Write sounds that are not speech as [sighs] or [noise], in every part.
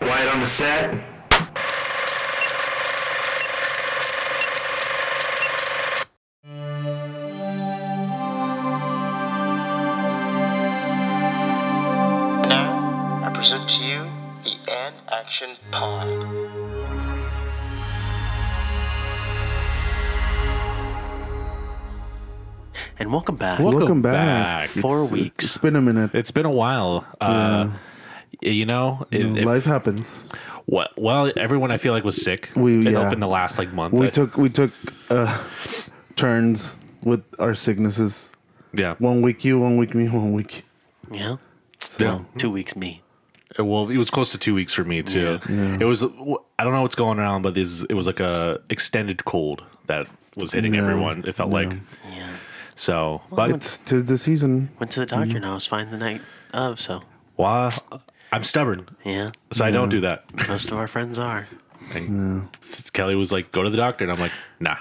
Quiet on the set. Now, I present to you the An Action Pod. And welcome back. Welcome, Welcome back. back. Four It's- weeks. It's been a minute. It's been a while. Uh, You know, it, You know, if- life happens. what? Well, everyone I feel like was sick. We- it yeah. opened the last like month. We I- took we took uh, turns with our sicknesses. yeah. One week you, one week me, one week. Yeah. So, Yeah. Two weeks me. Uh, Well, it was close to two weeks for me too. It was. I don't know what's going on, but this it was like a extended cold that was hitting everyone. It felt like Yeah. so, but It's tis the season. Went to the doctor Mm-hmm. and I was fine the night of, so why? I'm stubborn, yeah. so I don't do that. Most of our friends are. And s- Kelly was like, "Go to the doctor," and I'm like, "Nah."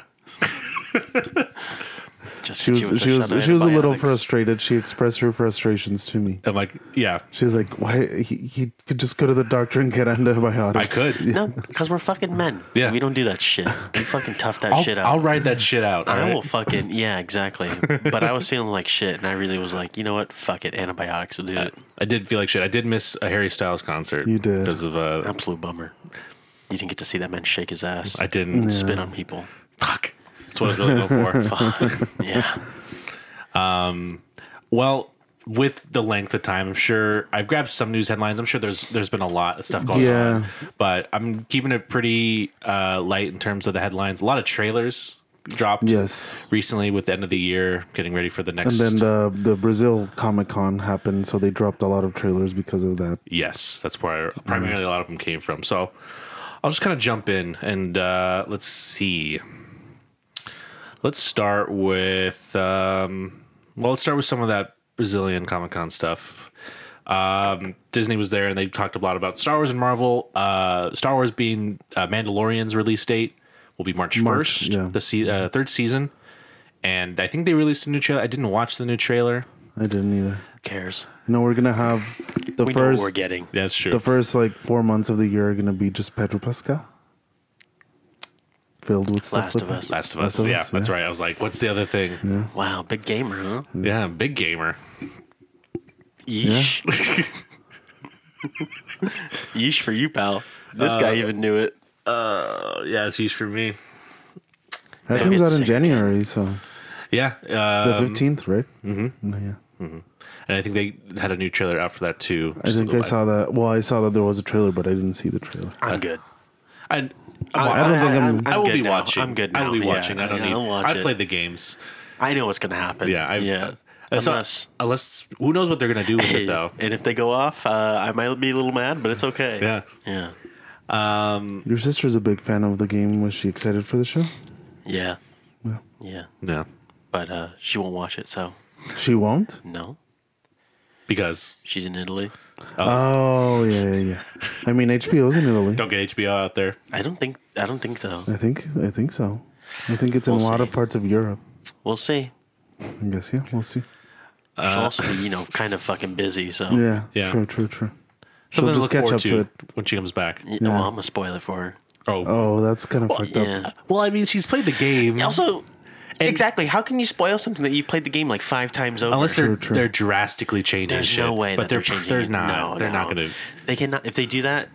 Just She was with she her was shot of she was a little antibiotics. frustrated. She expressed her frustrations to me. I'm like, "Yeah, She was like, "Why he, he could just go to the doctor and get [laughs] antibiotics." I could. No, because we're fucking men. Yeah. We don't do that shit. We fucking tough that I'll, shit out. I'll ride that shit out." all I right? will fucking yeah, exactly. But I was feeling like shit, and I really was like, you know what? Fuck it, antibiotics will do it. I did feel like shit. I did miss a Harry Styles concert. You did. because of uh, Absolute bummer. You didn't get to see that man shake his ass. I didn't. spit on people. [laughs] Fuck. That's what I was really [laughs] going for. Yeah. Well, with the length of time, I'm sure I've grabbed some news headlines. I'm sure there's there's been a lot of stuff going Yeah. on, but I'm keeping it pretty uh, light in terms of the headlines. A lot of trailers dropped Yes. recently with the end of the year, getting ready for the And next. then the the Brazil Comic Con happened, so they dropped a lot of trailers because of that. yes, that's where primarily a lot of them came from. So I'll just kind of jump in and uh, let's see. Let's start with um, well, let's start with some of that Brazilian Comic Con stuff. Um, Disney was there and they talked a lot about Star Wars and Marvel. Uh, Star Wars being uh, Mandalorian's release date will be March March, first, yeah. the se- uh, third season, and I think they released a new trailer. I didn't watch the new trailer. I didn't either. Who cares? You know, we're gonna have the We know what first we're getting. That's true. the first like four months of the year are gonna be just Pedro Pascal, filled with stuff. Last with of him. Us. Last of Us. Last of yeah, Us, that's yeah. right. I was like, what's the other thing? Wow, big gamer, huh? Yeah, big gamer. Yeesh. [laughs] Yeesh for you, pal. This guy even knew it. Uh, yeah, it's huge for me. That Yeah. comes out It's in sick. January, so Yeah, the um, fifteenth, right? Mm-hmm. Yeah, and I think they had a new trailer out for that too. I think I saw that. Well, I saw that there was a trailer, but I didn't see the trailer. I'm good. I, I don't think I'm. I'm I will good be now. watching. I'm good I will now. Yeah, be watching. I don't yeah, need. I'll watch I've it. played the games. I know what's gonna happen. Yeah, I've, yeah. I [laughs] saw- Unless, unless who knows what they're gonna do with it though. and if they go off, uh, I might be a little mad, but it's okay. Yeah. yeah, Um. Your sister's a big fan of the game. Was she excited for the show? yeah, Yeah. yeah. Yeah. But uh, she won't watch it, so She won't. no, Because she's in Italy. Oh yeah, yeah, yeah. I mean, HBO's in Italy. don't get HBO out there. I don't think. I don't think so. I think. I think so. I think it's in We'll a lot see. of parts of Europe. We'll see. I guess. Yeah, we'll see. She'll also be, you know, [laughs] kind of fucking busy. So Yeah. Yeah. True. True. True. Something to just look catch forward up to, to it. when she comes back. Y- oh, I'm gonna spoil it for her. Oh. Oh, that's kind of fucked up. Yeah. Well, I mean, she's played the game. Also, exactly. How can you spoil something that you've played the game like five times over? Unless they're True, true. they're drastically changing There's shit, no way. but that they're, they're changing. they're it. not No, they're not no. going to They cannot. If they do that,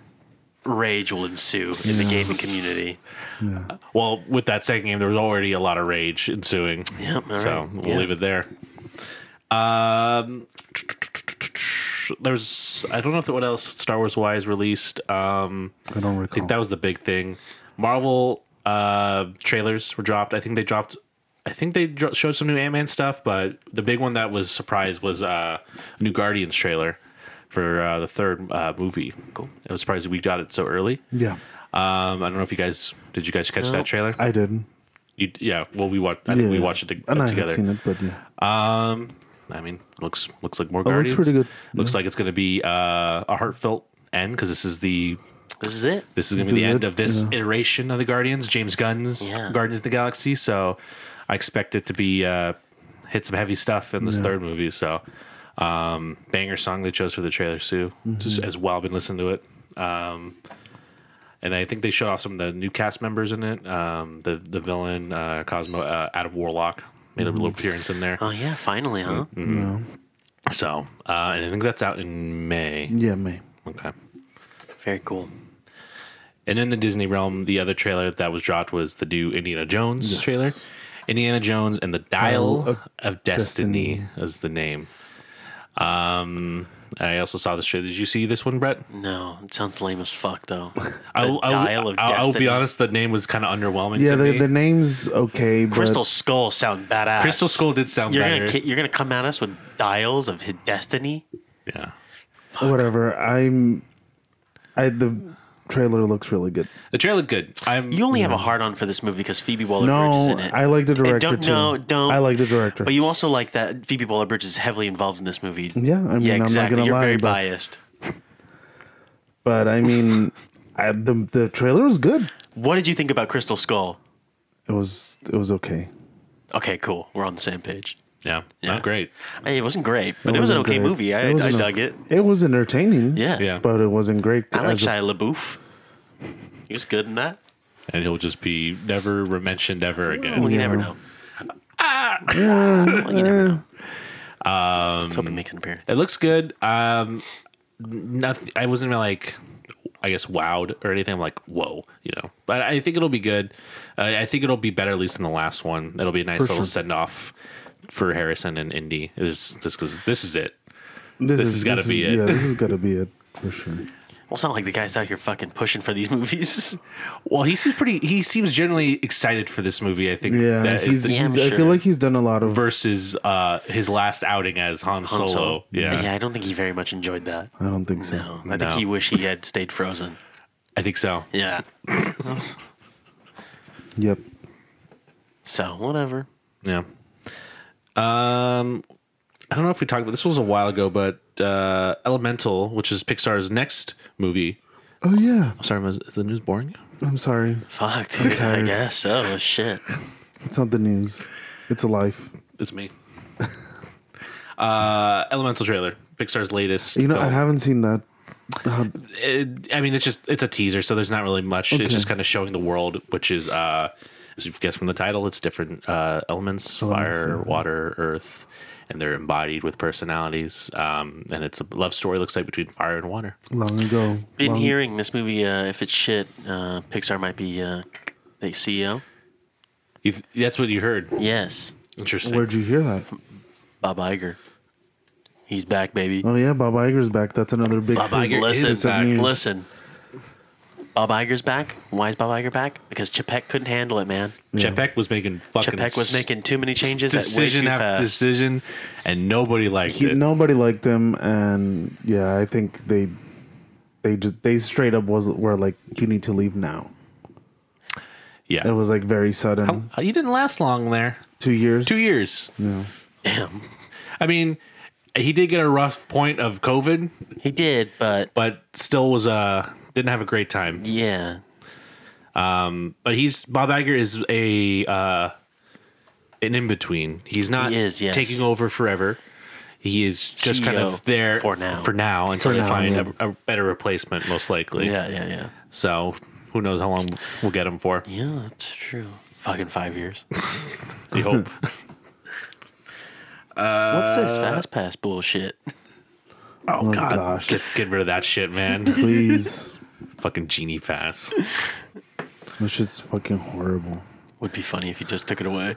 rage will ensue in the gaming community. Well, with that second game, there was already a lot of rage ensuing. Yep, all so right, we'll yeah. leave it there. Um, there's I don't know if what else Star Wars wise released. Um, I I don't recall. think that was the big thing. Marvel uh trailers were dropped. I think they dropped. I think they dro- showed some new Ant Man stuff, but the big one that was surprised was uh, a new Guardians trailer for uh, the third uh, movie. Cool. I was surprised we got it so early. yeah, Um, I don't know if you guys did. You guys catch that trailer? I didn't. You, yeah, well, we watched. I think we Yeah. watched it to, and I together. had seen it, but yeah, Um, I mean, looks looks like more. looks Guardians. pretty good. Looks like it's going to be uh, a heartfelt end because this is the This is it. this is going to This be the is end it, of this yeah. iteration of the Guardians, James Gunn's Yeah. Guardians of the Galaxy. So I expect it to be uh, hit some heavy stuff in this third Mm-hmm. movie. So um, banger song they chose for the trailer, Sue, just as well. I've been listening to it. Um, and I think they showed off some of the new cast members in it. Um, the the villain uh, Cosmo uh, Adam Warlock made a little Mm-hmm. appearance in there. Oh yeah, finally, huh? Mm-hmm. So uh, and I think that's out in May. Yeah, man. Okay. Very cool. And in the Disney realm, the other trailer that was dropped was the new Indiana Jones trailer. Indiana Jones and the Dial of, of Destiny, is the name. Um, I also saw this trailer. Did you see this one, Brett? No, it sounds lame as fuck [laughs] though. I, The Dial of I'll, I'll be Destiny. honest. The name was kind of underwhelming. Yeah, to the, me. the name's okay, but Crystal Skull sound badass. Crystal Skull did sound You're better. gonna ki- you're gonna come at us with dials of his destiny. yeah, whatever. I'm. I the trailer looks really good. the trailer looked good. I'm You only have a hard on for this movie because Phoebe Waller Bridge is No, in it. I like the And director don't, too. No, don't. I like the director. But you also like that Phoebe Waller Bridge is heavily involved in this movie. Yeah, I mean, yeah, I'm not exactly. gonna You're lie, very but- biased. But I mean, I, the the trailer was good. What did you think about Crystal Skull? It was it was okay. Okay, cool. We're on the same page. yeah, Yeah. not great. Hey, it wasn't great, but it, was an wasn't okay great. movie. I, I wasn't- dug it. It was entertaining. Yeah. Yeah. But it wasn't great. I like as a- Shia LaBeouf. He was good in that. And he'll just be never mentioned ever again. Well, you Yeah. never know. well, [laughs] you never know. Let's hope he makes an appearance. It looks good. Um, nothing. I wasn't really like, I guess wowed or anything. I'm like, whoa, you know. But I think it'll be good. Uh, I think it'll be better at least than the last one. It'll be a nice little sure. send off for Harrison and Indy. It's just because this is it. this, has gotta be it. Yeah, this has got to be it for sure. Well, it's not like the guy's out here fucking pushing for these [laughs] movies. Well, he seems pretty. He seems generally excited for this movie. I think. Yeah, that is he's, the- Yeah, I'm he's- I sure. feel like he's done a lot of. versus uh, his last outing as Han, Solo. Yeah. yeah, I don't think he very much enjoyed that. I don't think so. No, I No. think he wished he had stayed frozen. I think so. Yeah. Yep. So whatever. Yeah. Um, I don't know if we talked about this was a while ago, but uh, Elemental, which is Pixar's next movie. Oh yeah. Sorry, was- is the news boring? I'm sorry. Fuck, dude. I tired. guess so. Oh, Shit. It's not the news. It's a life. It's me. [laughs] uh, Elemental trailer, Pixar's latest. You know, film. I haven't seen that. Uh, It- I mean, it's just it's a teaser, so there's not really much. It's just kind of showing the world, which is uh, as you've guessed from the title, it's different uh, elements: Elements, fire, yeah. water, earth, and they're embodied with personalities. Um, and it's a love story, looks like between fire and water. long ago. Been long, hearing this movie. Uh, if it's shit, uh, Pixar might be uh, the CEO. You've, that's what you heard. Yes, Interesting. Where'd you hear that? Bob Iger. He's back, baby. Oh yeah, Bob Iger's back. That's another big. Bob Iger piece is of back. news. Listen, Bob Iger's back. Why is Bob Iger back? Because Chapek couldn't handle it, man. Chapek was making fucking. Chapek was s- making too many changes at way decision too after fast. decision, and nobody liked [laughs] He- it. nobody liked him, and yeah, I think they, they just they straight up was were like, you need to leave now. yeah, It was like very sudden. Uh, you didn't last long there. Two years. Two years. Damn, I mean, he did get a rough point of COVID, he did, but but still was uh didn't have a great time. yeah, But he's Bob Iger is a uh an in between. He's not He is, yes. taking over forever. He is just kind CEO of there for now. for now until they now, find yeah. a, a better replacement, most likely. yeah, yeah, yeah. So who knows how long we'll get him for? Yeah, that's true. Fucking five years. We hope. [laughs] Oh, What's this fast pass bullshit? oh, God, gosh. get get rid of that shit, man. [laughs] Please, Fucking genie pass. this shit's fucking [laughs] horrible. [laughs] Would be funny if he just took it away.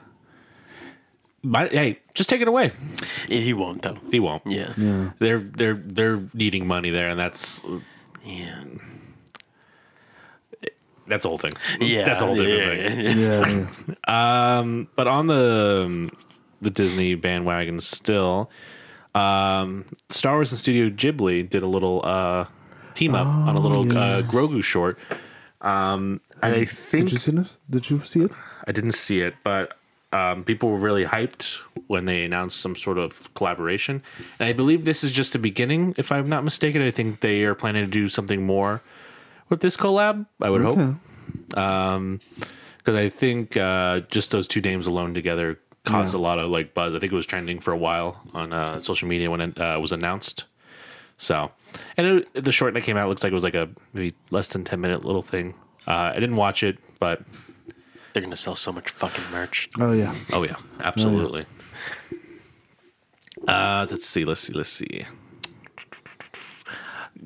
But hey, just take it away. Yeah, he won't though. He won't. Yeah. Yeah. They're they're they're needing money there, and that's Yeah. that's the whole thing. Yeah. that's a whole different yeah, thing. yeah, yeah. Yeah, yeah. But on the um, the Disney bandwagon still, um, Star Wars and Studio Ghibli did a little uh, team up on a little uh, Grogu short. Um, and I think Oh, Did you see this? Did you see it? I didn't see it, but um, people were really hyped when they announced some sort of collaboration. And I believe this is just the beginning, if I'm not mistaken. I think they are planning to do something more with this collab. I would hope, because I think uh, just those two names alone together caused a lot of like buzz. I think it was trending for a while on uh, social media when it uh, was announced. So and it, the short that came out looks like it was like a maybe less than ten minute little thing. Uh, I didn't watch it, but [laughs] They're gonna sell so much fucking merch. Oh yeah. [laughs] oh yeah, absolutely. Uh, let's see, let's see, let's see,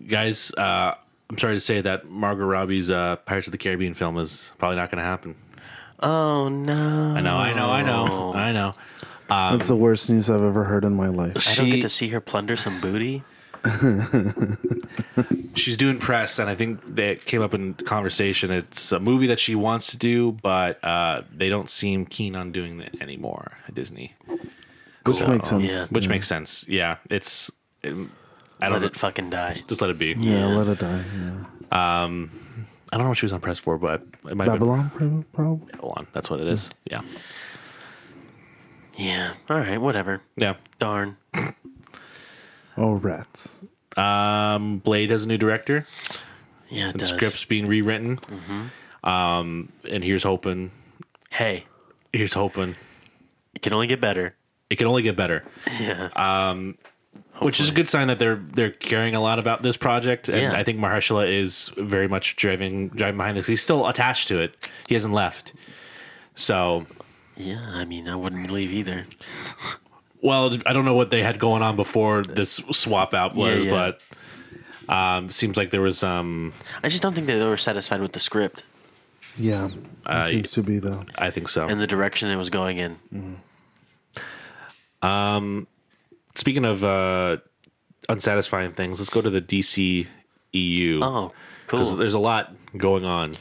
guys. Uh, I'm sorry to say that Margot Robbie's uh, Pirates of the Caribbean film is probably not going to happen. Oh no! I know, I know, I Oh. know, I know. Um, That's the worst news I've ever heard in my life. I don't She- get to see her plunder some booty. she's doing press, and I think that came up in conversation. It's a movie that she wants to do, but uh, they don't seem keen on doing it anymore at Disney, Which makes sense. yeah. which makes sense. Yeah, it's. It, I don't Let it fucking die. just let it be. Yeah, let it die. Yeah. I don't know what she was on press for, but it might have been Babylon, prob- probably. Babylon. That's what it Hmm. is. Yeah, Yeah. All right. Whatever. yeah. Darn. Oh, rats. Um, Blade has a new director. Yeah. It And does. Mm-hmm. scripts being rewritten. Um, and here's hoping. Hey, Here's hoping. it can only get better. It can only get better. [laughs] Yeah. which is a good sign that they're they're caring a lot about this project, and Yeah. I think Mahershala is very much driving driving behind this. He's still attached to it. He hasn't left. So, yeah. I mean, I wouldn't leave either. well, I don't know what they had going on before this swap out was, Yeah, yeah. but um, seems like there was um, I just don't think that they were satisfied with the script Yeah. It Uh, seems to be the I think so. and the direction it was going in. Speaking of uh, unsatisfying things, let's go to the DC EU. Oh, Because cool. there's a lot going on.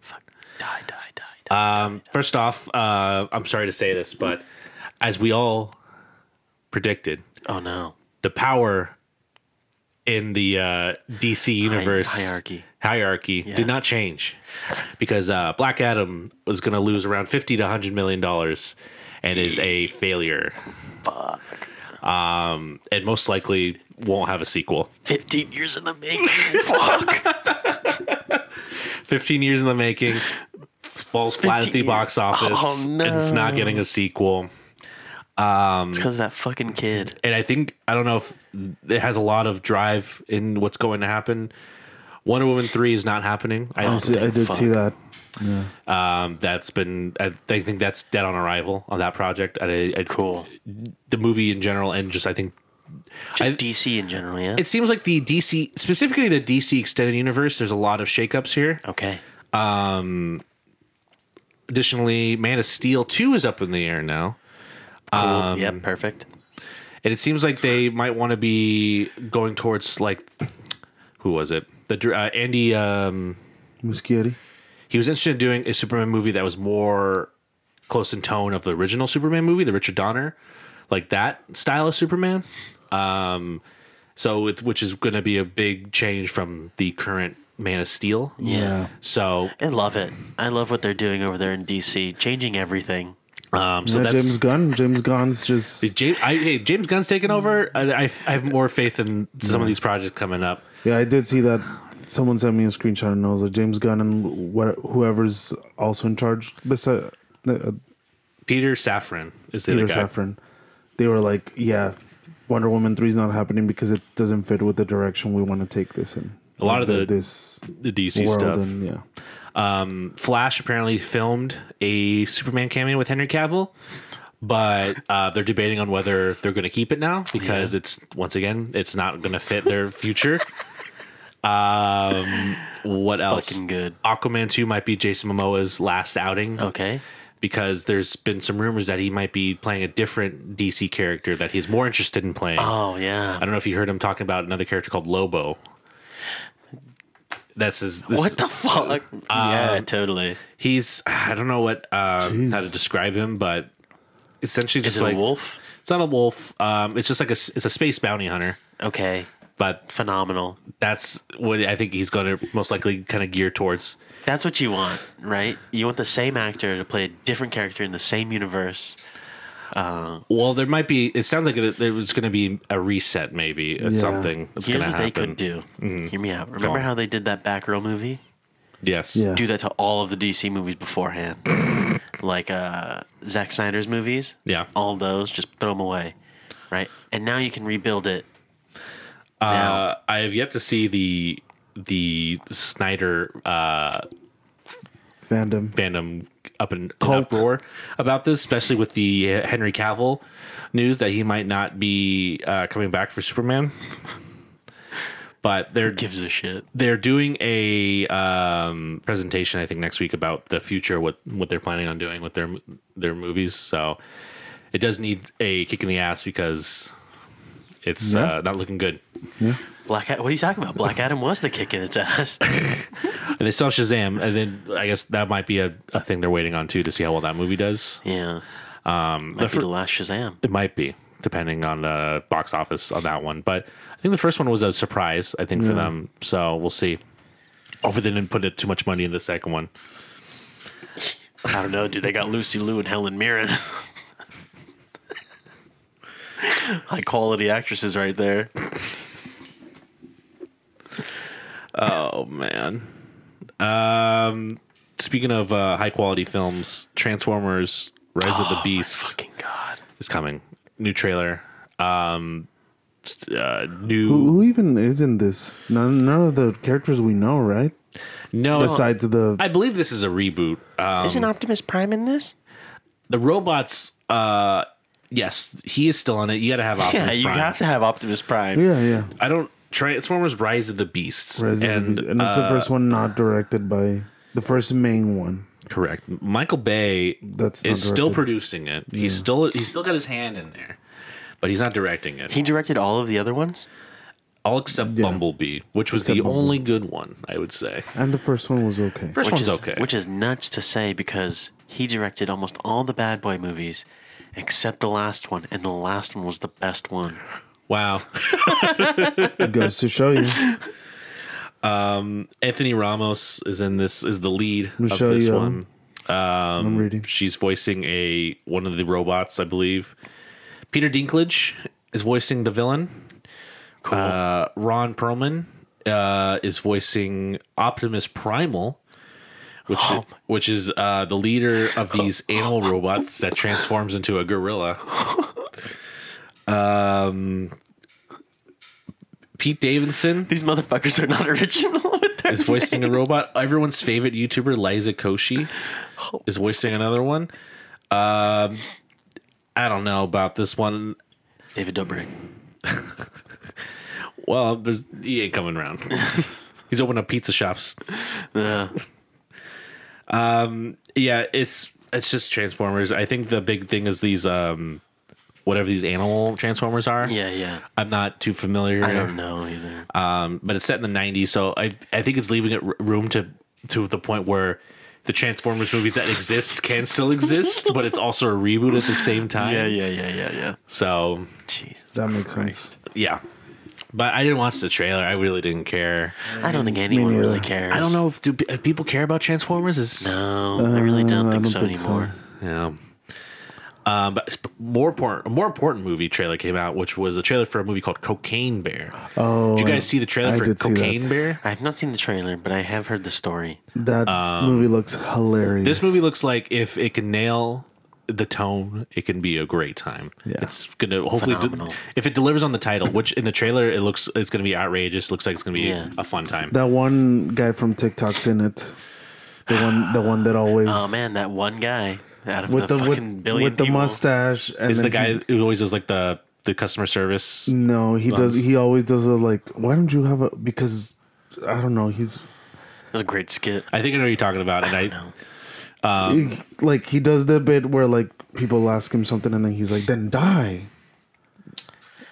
Fuck. Die, die, die, die. Um, first off, uh, I'm sorry to say this, but as we all predicted, oh no. the power in the uh, DC universe hierarchy. hierarchy did not change because uh, Black Adam was going to lose around 50 to 100 million dollars and is a failure. Fuck. Um, and most likely won't have a sequel. 15 years in the making. 15 years in the making, falls flat at the 15 box office. Oh, no. and it's not getting a sequel. It's because of that fucking kid. and I think I don't know if it has a lot of drive in what's going to happen. Wonder Woman three is not happening. I Oh, see, I did fuck. see that. um, that's been I th- think that's dead on arrival on that project. I, I, Cool. The movie in general, and just I think Just I- DC in general, yeah? it seems like the DC, specifically the DC extended universe, there's a lot of shakeups here. okay. Additionally, Man of Steel two is up in the air now. Cool. yep, perfect. and it seems like they might want to be going towards like who was it the dr- uh, andy um Muschieri. he was interested in doing a superman movie that was more close in tone of the original superman movie the richard donner like that style of superman um so it's which is going to be a big change from the current man of steel Yeah. so I love it. I love what they're doing over there in DC, changing everything. um so yeah, that's James Gunn. James [laughs] Gunn's just James, I, hey, James Gunn's taking over. I, I, I have more faith in some of these projects coming up. Yeah, I did see that. Someone sent me a screenshot, and I was like, James Gunn and what, whoever's also in charge, beside uh, Peter Safran is the Peter other guy. Safran, they were like, "Yeah, Wonder Woman three is not happening because it doesn't fit with the direction we want to take this in." A lot of the- this the DC world, stuff. and yeah, Flash apparently filmed a Superman cameo with Henry Cavill, but uh, they're debating on whether they're going to keep it now because it's once again it's not going to fit their future. [laughs] um, what else? Fucking good. Aquaman two might be Jason Momoa's last outing Okay. because there's been some rumors that he might be playing a different DC character that he's more interested in playing. Oh, yeah. I don't know if you heard him talking about another character called Lobo. That's his. This What the fuck? yeah, totally. he's I don't know what um, how to Jeez. describe him, but essentially Is just it like a wolf? It's not a wolf. Um, it's just like a s- it's a space bounty hunter, Okay. but Phenomenal. that's what I think he's going to most likely kind of gear towards. That's what you want, right? You want the same actor to play a different character in the same universe. Well, there might be. It sounds like it- there was going to be a reset, maybe or Yeah. something. That's Here's gonna what they happen. could do. Hear me out. Remember on. how they did that Batgirl movie? Yes. Yeah. Do that to all of the DC movies beforehand. [clears throat] like uh, Zack Snyder's movies. Yeah. All those, just throw them away. Right? And now you can rebuild it Uh, I have yet to see the the Snyder uh, Fandom. fandom up in, in Cult. uproar about this, especially with the uh, Henry Cavill news that he might not be uh, coming back for Superman. [laughs] But they're Gives a shit. they're doing a um, presentation I think next week about the future what what they're planning on doing with their their movies. So it does need a kick in the ass because it's uh, not looking good. Black. Ad- What are you talking about? Black Adam was the kick in its [laughs] ass. And they still have Shazam, and then I guess that might be a, a thing they're waiting on too to see how well that movie does. yeah. Um, Might the be fir- the last Shazam. It might be, depending on the box office on that one. But I think the first one was a surprise, I think, for them. So we'll see. Hopefully, they didn't put it too much money in the second one. I don't know, dude. They got Lucy Liu and Helen Mirren. [laughs] High quality actresses right there. Oh, man. Um, speaking of uh, high quality films, Transformers Rise of the Beast Fucking god. is coming. New trailer. Um, uh, new. Who, who even is in this? None, none of the characters we know, right? no. Besides the I believe this is a reboot. Um, Isn't Optimus Prime in this? the robots. Uh, yes, he is still on it. You got to have Optimus yeah, you Prime. have to have Optimus Prime. yeah, yeah. I don't. Transformers: Rise of the Beasts, Rise of the and, uh, Beast. and it's the first one not directed by the first main one. correct. Michael Bay That's not is still directed. producing it. He's still he's still got his hand in there, but he's not directing it. He directed all of the other ones? All except Bumblebee, which was Except the only good one, I would say. And the first one was okay. First Which one's is okay. Which is nuts to say because he directed almost all the bad boy movies except the last one, and the last one was the best one. wow. [laughs] It goes to show you. Anthony Ramos is in this. Is the lead Michelle of this Yeoh. one. Um, I'm reading. She's voicing a one of the robots, I believe. Peter Dinklage is voicing the villain. Cool. Uh, Ron Perlman uh, is voicing Optimus Primal, which which is uh, the leader of these animal robots that transforms into a gorilla. Um, Pete Davidson These motherfuckers are not [laughs] original with their is voicing a robot. Everyone's favorite YouTuber, Liza Koshy, Oh. is voicing another one. Um, I don't know about this one. [laughs] David Dobrik. Well, there's he ain't coming around. [laughs] He's opened up pizza shops. Uh, Yeah, it's it's just Transformers. I think the big thing is these um whatever these animal Transformers are. yeah, yeah. I'm not too familiar. I don't know either. Um, but it's set in the 90s, so I I think it's leaving it r- room to to the point where the Transformers movies that exist can still exist, but it's also a reboot at the same time. yeah, yeah, yeah, yeah, yeah. So Jeez. That makes sense. yeah, but I didn't watch the trailer. I really didn't care. I don't think anyone really neither. cares. I don't know if do pe- if people care about Transformers. Is No, I really don't Uh, think I so don't think so. anymore. Yeah. Um, but sp- more important, a more important movie trailer came out, which was a trailer for a movie called Cocaine Bear. Oh, did you guys see the trailer I for did see Cocaine that. Bear? I have not seen the trailer, but I have heard the story. that movie looks hilarious. Um, This movie looks like if it can nail the tone, it can be a great time. Yeah. It's gonna hopefully de- Phenomenal. if it delivers on the title, which in the trailer it looks it's gonna be outrageous. Looks like it's gonna be Yeah. a fun time. That one guy from TikTok's in it. The one, the one that always Oh man, that one guy out of with the, the, fucking with, billion with the people. mustache and Is then the guy he's- Mm. who always does like the the customer service? No, he does. Buns. He always does a like. Why don't you have a? Because I don't know. He's That was a great skit. I think I know what you're talking about, and I, know. Um, like he does the bit where like people ask him something and then he's like, "Then die."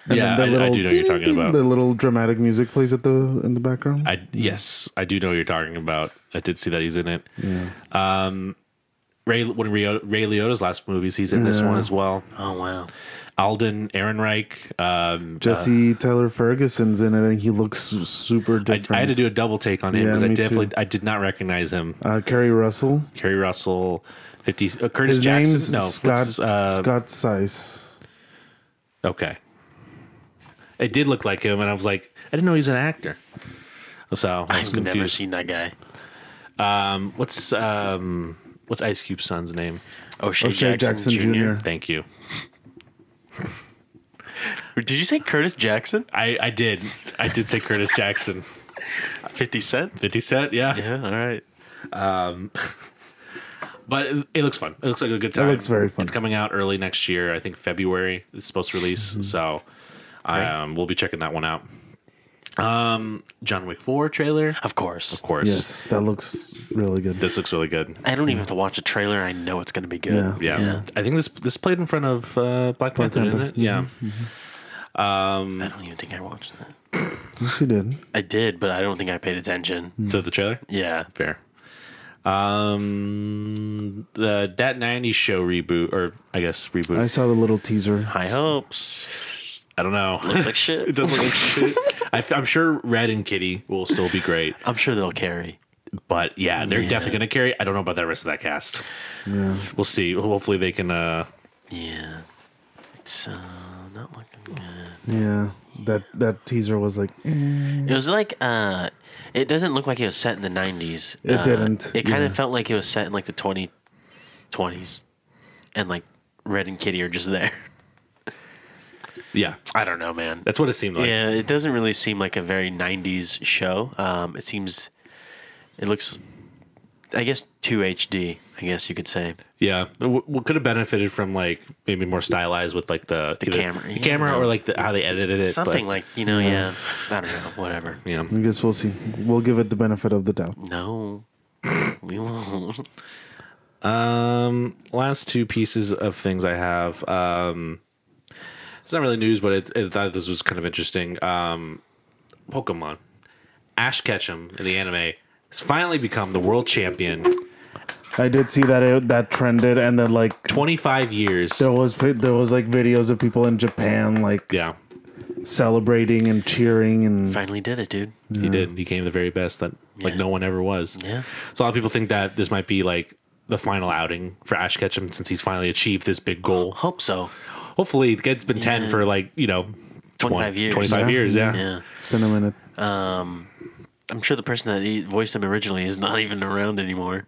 And yeah, then I, I do know what you're ding, talking ding, about. The little dramatic music plays at the in the background. I yes, I do know what you're talking about. I did see that he's in it. Um, Ray one of Rio- Ray Liotta's last movies, he's in this one as well. Oh wow. Alden Ehrenreich. Um, Jesse Tyler Ferguson's in it, and he looks su- super I, different. I had to do a double take on him Yeah, because I me definitely too. I did not recognize him. Uh, Kerry Russell. Kerry Russell, fifty. Uh, Curtis His Jackson. name's no, what's Scott his, uh, Scott Sice. Okay. It did look like him, and I was like, I didn't know he was an actor. So I was I've confused. never seen that guy. um, what's um, what's Ice Cube's son's name? O'Shea, O'Shea Jackson, Jackson Jr. Jr. Thank you. Did you say Curtis Jackson? I, I did. I did say Curtis Jackson. 50 Cent? 50 Cent, yeah. Yeah, all right. But it, it looks fun. It looks like a good time. looks very fun. It's coming out early next year. I think February is supposed to release. So um, we'll be checking that one out. Um, John Wick 4 trailer. Of Of course. Of course. Yes, that looks really good. This looks really good. I don't even have to watch a trailer. I know it's going to be good. Yeah. Yeah. Yeah. I think this this played in front of uh, Black, Panther, Panther. didn't it? Yeah. I don't even think I watched that. Yes, you did. I did, but I don't think I paid attention. To the trailer? Yeah. Fair. Um, the that '90s show reboot, or I guess reboot. I saw the little teaser. High [laughs] hopes. I don't know. [laughs] Looks like shit. it does look like shit. I, am sure Red and Kitty will still be great, I'm sure they'll carry. but yeah, they're definitely gonna carry. I don't know about that rest of that cast. Yeah. We'll see. Hopefully, they can. uh Yeah. It's uh, not looking good. Yeah. That that teaser was like eh, It was like uh, it doesn't look like it was set in the '90s. It Uh, didn't, It kind yeah. of felt like it was set in like the 2020s, and like Red and Kitty are just there. [laughs] Yeah, I don't know, man. that's what it seemed like. yeah, it doesn't really seem like a very '90s show. Um, it seems, it looks, I guess, two HD. I guess you could say. Yeah, W- w- could have benefited from like maybe more stylized with like the the camera, the yeah. camera, or like the, how they edited it. but- Something like you know, yeah. I don't know, whatever. yeah. I guess we'll see. We'll give it the benefit of the doubt. No, we won't. [laughs] Um, last two pieces of things I have. Um, it's not really news, but it, it, I thought this was kind of interesting. Um, Pokemon Ash Ketchum in the anime has finally become the world champion. I did see that it, that trended, and then like Twenty five years. there was pi- there was like videos of people in Japan like yeah, celebrating and cheering and Finally did it, dude. he did. He came the very best that like Mm. Yeah. no one ever was. Yeah. So a lot of people think that this might be like the final outing for Ash Ketchum since he's finally achieved this big goal. Hope so. Hopefully, it has been ten Yeah. for like you know. 25 years. Twenty five Yeah. years, yeah. Yeah. it's been a minute. I'm sure the person that he voiced him originally is not even around anymore.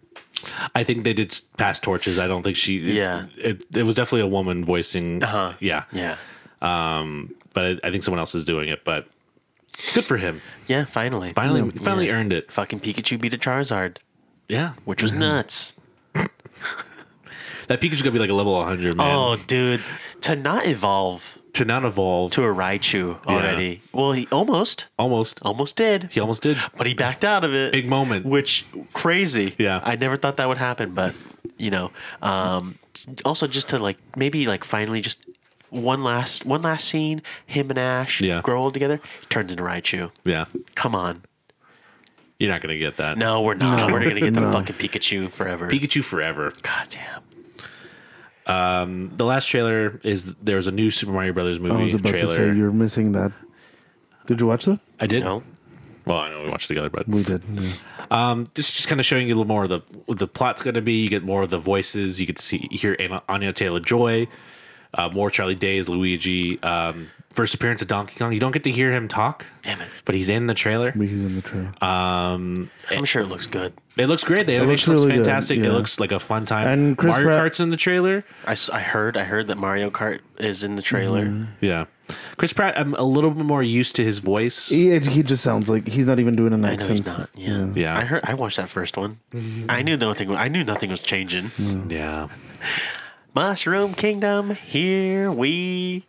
I think they did s- pass torches. I don't think she. Yeah. It, it, was definitely a woman voicing. Uh-huh. Yeah. Yeah. Um, but I, I think someone else is doing it. But good for him. Yeah, finally. Finally, Yeah. finally earned it. Fucking Pikachu beat a Charizard, Yeah. Mm-hmm. which was nuts. That Pikachu's gonna be like a level 100 man. Oh, dude. To not evolve To not evolve. to a Raichu already. Well, he almost, almost. almost did, He almost did. but he backed out of it. Big moment. Which, crazy. Yeah. I never thought that would happen, but, you know. Um, also, just to like, maybe like finally just one last one last scene, him and Ash Yeah. grow old together, turns into Raichu. Yeah. Come on. You're not gonna get that. No, we're not. We're gonna [laughs] get the No. fucking Pikachu forever. Pikachu forever. God damn. The last trailer is there was a new Super Mario Brothers movie I was about to say trailer. you're missing that. Did you watch that? I did. No. Well, I know we watched it together, but We did. yeah. this is just kind of showing you a little more of the what the plot's going to be. You get more of the voices. You could see hear Anna, Anya Taylor Joy, uh, more Charlie Day's Luigi. Um, first appearance of Donkey Kong. You don't get to hear him talk, Damn it. but he's in the trailer. But he's in the trailer. Uh, I'm sure it looks good. It looks great. The animation looks, looks really good, fantastic. yeah. It looks like a fun time. And Chris Mario Pratt- Kart's in the trailer. I, s- I heard I heard that Mario Kart is in the trailer. Mm-hmm. Yeah, Chris Pratt. I'm a little bit more used to his voice. he, he just sounds like he's not even doing an I know he's accent. not. Yeah. Yeah. I heard I watched that first one. Mm-hmm. I knew nothing I knew nothing was changing. Mm. Yeah, Mushroom Kingdom, here we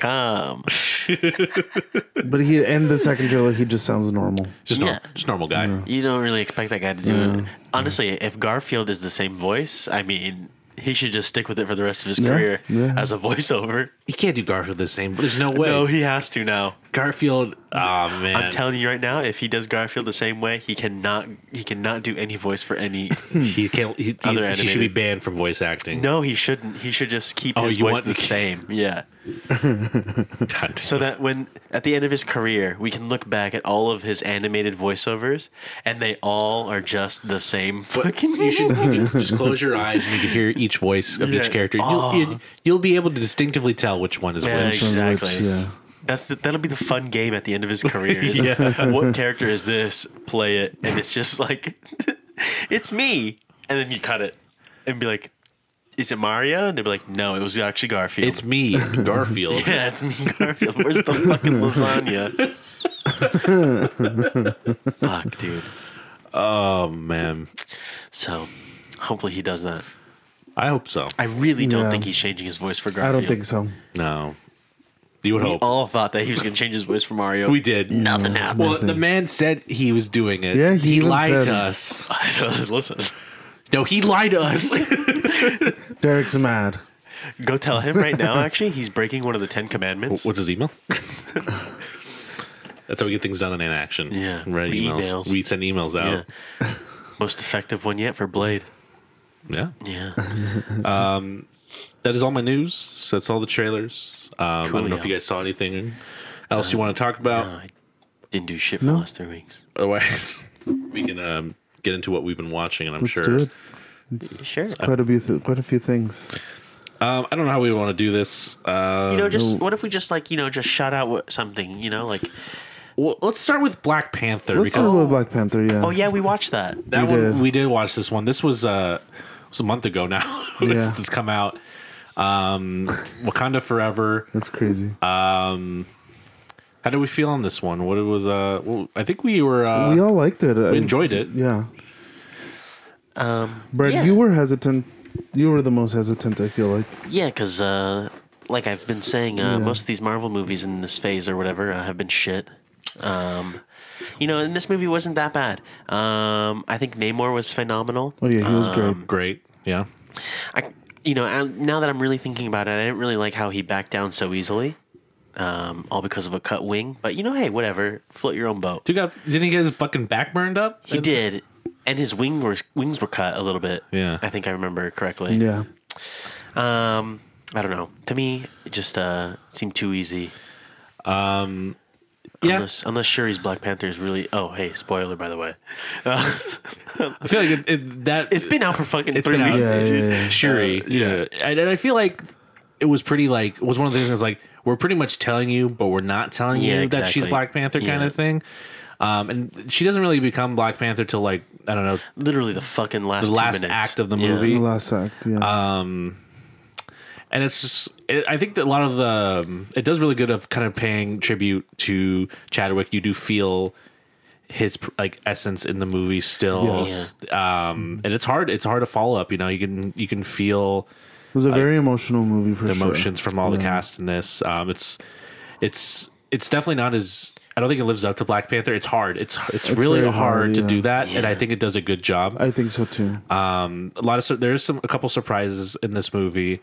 come. But he in the second trailer he just sounds normal. just nor- Yeah. just normal guy. Mm-hmm. You don't really expect that guy to do it. Honestly, if Garfield is the same voice, I mean, he should just stick with it for the rest of his Yeah, career yeah. as a voiceover. He can't do Garfield the same. But there's no way. No, he has to now. Garfield. Oh man, I'm telling you right now, if he does Garfield the same way, he cannot he cannot do any voice for any. he can't. He, he- Other he should be animated. banned from voice acting. no, he shouldn't. He should just keep Oh, his you voice want- the [laughs] same. Yeah, God damn. so that when at the end of his career, we can look back at all of his animated voiceovers, and they all are just the same. Fucking You should you could just close your eyes and you can hear each voice of Yeah. each character. You'll, Aw. you'll, you'll be able to distinctively tell which one is Yeah, [laughs] which. exactly. Which, yeah. That's the, that'll be the fun game at the end of his career. is, [laughs] Yeah. What character is this? Play it, [laughs] and it's just like, it's me, and then you cut it, and be like, is it Mario? And they'd be like, no, it was actually Garfield. It's me, [laughs] Garfield. yeah, it's me, Garfield. Where's the fucking lasagna? Fuck, dude. Oh man, So, hopefully he does that. I hope so. I really don't Yeah. think he's changing his voice for I Garfield. don't think so. No, you would We hope. all thought that he was going to change his voice for Mario. [laughs] we did. Nothing happened. Well, the man said he was doing it. Yeah, he he, even lied said- to us. Listen, No, he lied to us. [laughs] Derek's mad. go tell him right now. Actually, he's breaking one of the Ten Commandments. What's [laughs] his email? That's how we get things done in inaction. Yeah, Right we emails. emails. We send emails Yeah. out. Most effective one yet for Blade. Yeah. Yeah. That is all my news. That's all the trailers. Um, I don't know if Coolio. you guys saw anything Uh, else you want to talk about. I didn't do shit for the last three weeks. Otherwise, [laughs] we can um, get into what we've been watching, and I'm Let's sure. do it. Sure. Quite a few, th- quite a few things. Um, I don't know how we want to do this. Uh, You know, just what if we just like you know just shout out what- something you know like well, let's start with Black Panther Let's because talk about Black Panther. Yeah. oh yeah we watched that that We one did. we did watch this one. This was uh, it was a month ago now [laughs] since Yeah. it's come out. Um, Wakanda Forever. That's crazy. Uh, How did we feel on this one? What it was? Uh, well, I think we were. Uh, we all liked it. I- enjoyed it. Yeah. Um, Brad, you were hesitant. You were the most hesitant. I feel like. yeah because uh, like I've been saying uh, Yeah. most of these Marvel movies in this phase or whatever uh, have been shit. Um, you know, and this movie wasn't that bad. Um, I think Namor was phenomenal. Oh yeah, he Um, was great. Yeah. I, you know, and now that I'm really thinking about it, I didn't really like how he backed down so easily, um, all because of a cut wing. But you know, hey, whatever, float your own boat. Dude got didn't he get his fucking back burned up? He did, and his wing were, wings were cut a little bit. Yeah. I think I remember correctly. great. Yeah. Um, I don't know. To me, it just uh seemed too easy. Yeah. Unless, unless Shuri's Black Panther is really. Oh, hey, spoiler by the way. Uh, I feel like it, it, [laughs] that It's been Uh, out for fucking It's three been out. weeks. Yeah, yeah, dude. yeah. Shuri. yeah. And, and I feel like it was pretty like it was one of the things that was like we're pretty much telling you, but we're not telling you Yeah, that she's exactly. Black Panther kind Yeah. of thing. Um, and she doesn't really become Black Panther till like I don't know Literally the fucking last the two last minutes. act of the Yeah. movie. The last act. Yeah. Uh, and it's just it, i think that a lot of the um, it does really good of kind of paying tribute to chadwick you do feel his like essence in the movie still Yes. um and it's hard it's hard to follow up you know you can you can feel it was a very emotional movie for the sure. emotions from all the Yeah. cast in this um it's it's it's definitely not as i don't think it lives up to black panther it's hard it's it's, really very hard, hard, to yeah. do that and i think it does a good job I think so too. Uh, a lot of sur- there's some a couple surprises in this movie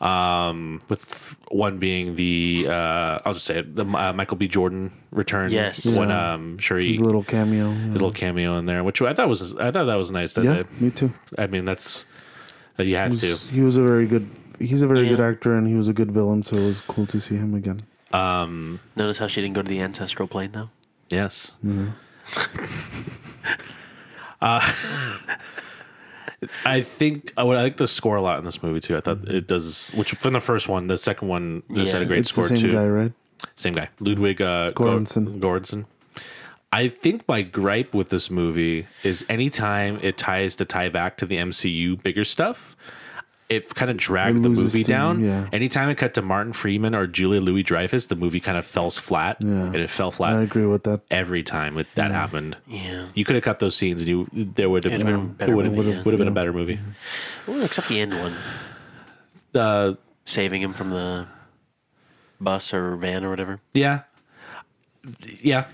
um with one being the uh i'll just say it, the uh, michael b jordan return Yes. when Yeah. um sure he, His his little, little cameo. yeah. cameo in there which i thought was i thought that was nice that yeah, me too. they, i mean that's that you have to He was a very good. He's a very Yeah. good actor, and he was a good villain. So it was cool to see him again. Notice how she didn't go to the ancestral plane though. yes Mm-hmm. [laughs] uh I think I would I like the score a lot in this movie too. I thought it does, which from the first one, the second one, this Yeah. had a Mm-hmm. great it's score the same too. guy, right? Same guy, Ludwig uh, Göransson. Gor- Göransson. I think my gripe with this movie is anytime it tries to tie back to the MCU bigger stuff, it kind of dragged It the loses movie steam, down. yeah. Anytime it cut to Martin Freeman or Julia Louis Dreyfus, the movie kind of fell flat, Yeah. and it fell I flat agree with that. every time that, that happened. Yeah. You could have cut those scenes, and you there would have It'd been, have been a better would have movie, yeah. been a better movie. Mm-hmm. Well, except the end one, Uh, saving him from the bus or van or whatever. Yeah. Yeah.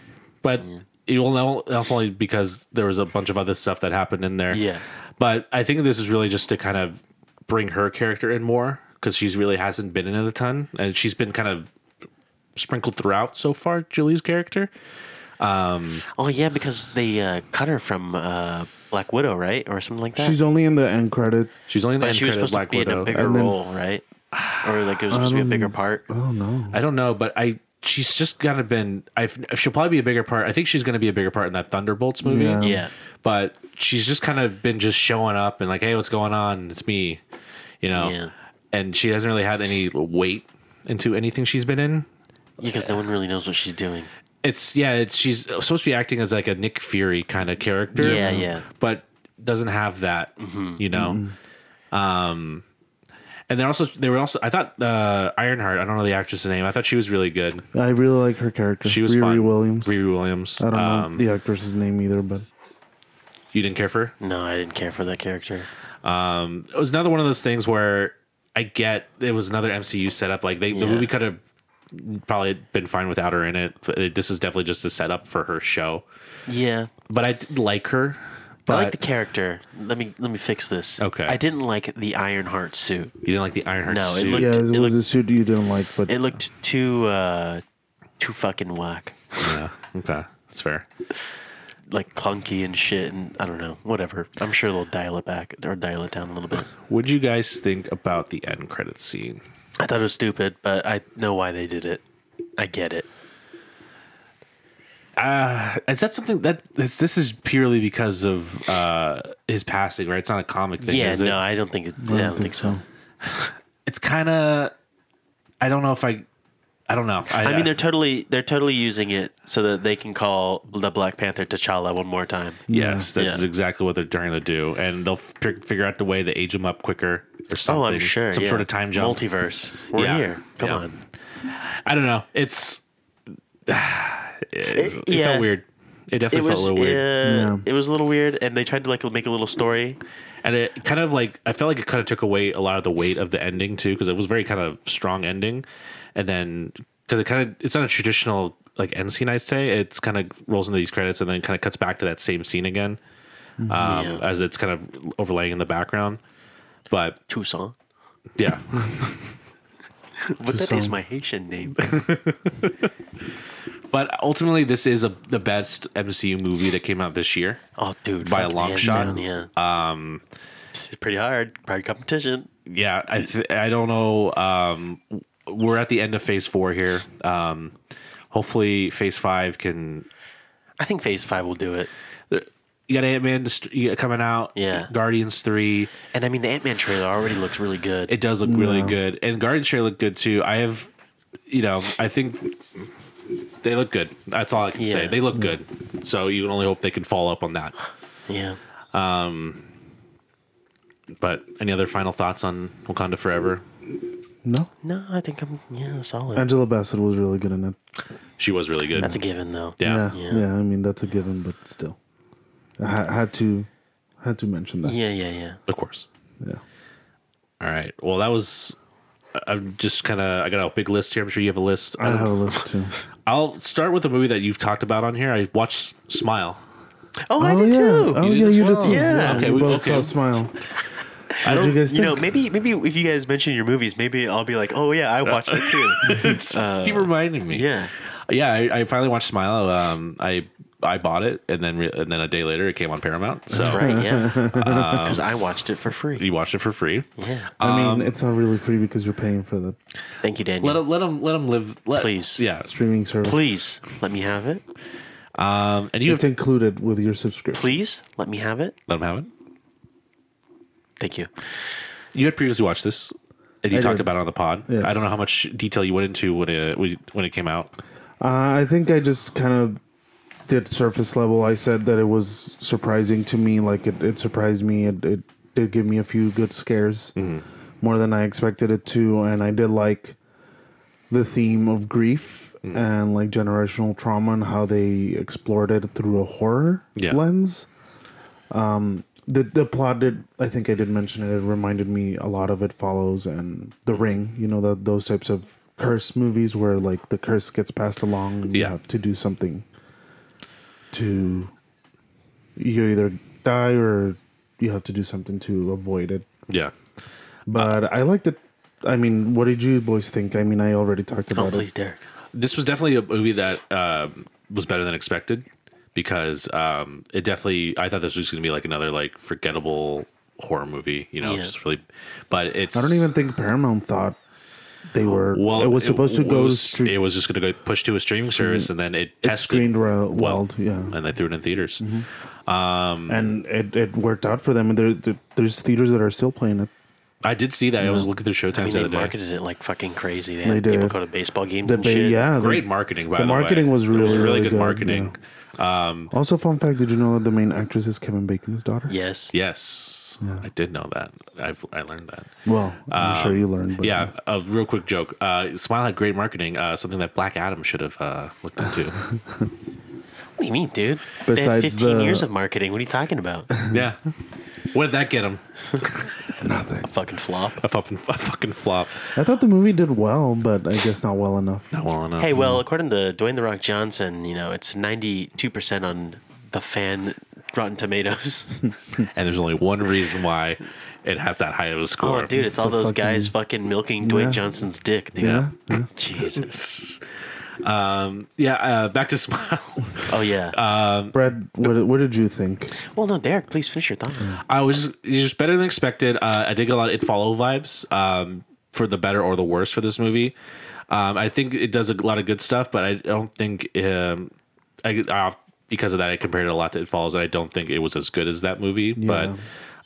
But you will know only because there was a bunch of other stuff that happened in there. Yeah. But I think this is really just to kind of bring her character in more because she's really hasn't been in it a ton. And she's been kind of sprinkled throughout so far, Julie's character. Oh yeah, because they uh, cut her from uh, Black Widow, right, or something like that. She's only in the end credit. She's only in the but end she was credit of supposed to Black be in Widow. a bigger And then- Um, role, right? Or like it was supposed to be a [sighs] bigger part. I don't know. I don't know, but I she's just kind of been I've she'll probably be a bigger part. I think she's gonna be a bigger part in that Thunderbolts movie. Yeah. Yeah. but she's just kind of been just showing up and like, hey, what's going on? It's me, you know. Yeah. And she hasn't really had any weight into anything she's been in. because no one really knows what she's doing. It's yeah, it's she's supposed to be acting as like a Nick Fury kind of character. Yeah, yeah. Mm-hmm. But doesn't have that, you know. Um, And they're also they were also I thought uh, Ironheart. I don't know the actress's name. I thought she was really good. I really like her character. She was Riri fun. Williams. Riri Williams. I don't um, know the actress's name either, but You didn't care for her. No, I didn't care for that character. Um, it was another one of those things where I get it was another MCU setup. Like they, the Yeah. movie could have probably been fine without her in it. But it- This is definitely just a setup for her show. Yeah. But I did like her. But I like the character. Let me let me fix this. Okay. I didn't like the Ironheart suit. you didn't like the Ironheart No, it suit. looked- yeah, it, it looked- was a suit you didn't like, but It looked too uh too fucking whack. yeah. Okay, that's fair. Like clunky and shit and I don't know. Whatever. I'm sure they'll dial it back or dial it down a little bit. What do you guys think about the end credit scene? I thought it was stupid, but I know why they did it. I get it. Is that something that this, this is purely because of uh, his passing, right? It's not a comic thing. yeah, is it? no, I don't think it I don't think so. it's kind of. I don't know if I. I don't know. I mean, they're totally they're totally using it so that they can call the Black Panther T'Challa one more time. Yes, this Yeah. is exactly what they're trying to do, and they'll fi- figure out the way to age them up quicker or something. Oh, I'm sure. some yeah. sort of time jump. Multiverse. We're Yeah. here. Come Yeah. on. I don't know. It's [sighs] it, it yeah. felt weird. It It definitely was felt a little weird, uh, Yeah. it was a little weird, and they tried to like make a little story. and it kind of like I felt like it kind of took away a lot of the weight of the ending too, because it was very kind of strong ending, and then because it kind of it's not a traditional like end scene. I'd say it's kind of rolls into these credits and then kind of cuts back to that same scene again, um, Mm-hmm. Yeah. as it's kind of overlaying in the background. But Tucson. yeah, But that is Tucson. my Haitian [laughs] name. But ultimately, this is a, the best MCU movie that came out this year. Oh, dude, By a fucking long hands shot. down, Yeah, Um, it's pretty hard. Hard competition. Yeah, I th- I don't know. Um, we're at the end of Phase Four here. Um, hopefully, Phase Five can. I think Phase Five will do it. You got Ant Man coming out. Yeah. Guardians Three. And I mean, the Ant Man trailer already looks really good. It does look really good, and Guardians Three look good too. I have, you know, I think they look good. That's all I can say. Yeah. They look good. So you can only hope they can follow up on that. yeah. But any other final thoughts on Wakanda Forever? no. No, I think I'm yeah solid. Angela Bassett was really good in it. She was really good. That's a given though. Yeah. yeah, Yeah. I mean that's a given, but still, I ha- had to had to mention that. Yeah, yeah, yeah. of course. yeah. All right. Well, that was. I- I'm just kind of. I got a big list here. I'm sure you have a list. I have a [laughs] list too. I'll start with a movie that you've talked about on here. I watched Smile. Oh, I yeah. did too. Oh You did yeah, as you did well. too. Yeah. Okay, we we- both okay. saw smile. I What do you guys You think? know, maybe maybe if you guys mention your movies, maybe I'll be like, oh yeah, I watched it [laughs] too. Uh, keep reminding me. yeah. Yeah. I, I finally watched Smile. Um, I I bought it, and then re- and then a day later it came on Paramount. So That's right. [laughs] Yeah. [laughs] Because I watched it for free. Um, you watched it for free. Yeah. I Um, mean, it's not really free because you're paying for the Thank you, Daniel. Let him let him let him live. Let, Please. Yeah. streaming service. Please let me have it. Um, and you have It's included with your subscription. Please let me have it. let him have it. Thank you. You had previously watched this. And you I talked did. about it on the pod. Yes. I don't know how much detail you went into when it when it came out. Uh, I think I just kind of did surface level. I said that it was surprising to me. Like it, it surprised me. It, it did give me a few good scares, more than I expected it to. And I did like the theme of grief and like generational trauma and how they explored it through a horror Yeah. lens. Um, the the plot did. I think I did mention it. It reminded me a lot of it follows and The Ring. You know that those types of curse movies where like the curse gets passed along and you Yeah. have to do something to you either die or you have to do something to avoid it Yeah. but i liked it i mean what did you boys think i mean i already Oh, talked about it please, Derek. this was definitely a movie that um, was better than expected because um, it definitely I thought this was going to be like another like forgettable horror movie, you know, Yeah. just really. But it's I don't even think Paramount thought they were. Oh, well. it was supposed to it go was- stre- It was just going to go push to a streaming service, and then it it tested screened ra- well, wild, yeah, and they threw it in theaters. Mm-hmm. and it, it worked out for them. And there, there- there's theaters that are still playing it. I did see that. I was looking through Showtimes I mean, the they other day. marketed it like fucking crazy. They, They had people did. go to baseball games The and ba- shit. yeah, the- Great marketing, by the, the marketing way. was It really, really good, good, marketing. Also, fun fact: Did you know that the main actress is Kevin Bacon's daughter? Yes. Yes. Yes, I did know that. I've I learned that. Well, I'm sure Um, you learned. But Yeah, a real quick joke. Uh, Smile had great marketing. Uh, something that Black Adam should have uh, [laughs] looked into. What do you mean, dude? they had Besides uh, 15 the- years of marketing. What are you talking [laughs] about? A yeah, what did that get him? nothing. fucking flop. A fucking, a fucking flop. I thought the movie did well, but I guess not well enough. Not well enough. Hey, well, according to Dwayne the Rock Johnson, you know, it's 92% on the fan Rotten [laughs] Tomatoes. and there's only one reason why it has that high of a score. oh, dude, it's all those guys fucking milking Dwayne Yeah. Johnson's dick, dude. Yeah, [laughs] Jesus. Um, yeah, uh, back to [laughs] Smile. Oh, yeah. Brad, what, what did you think? well, no, Derek, please finish your thought. I was just, it's just better than expected. Uh, I did get a lot of It Follow vibes, um, for the better or the worse for this movie. Um, I think it does a lot of good stuff, but I don't think um, I, I because of that I compared it a lot to It Follows, and I don't think it was as good as that movie. But uh,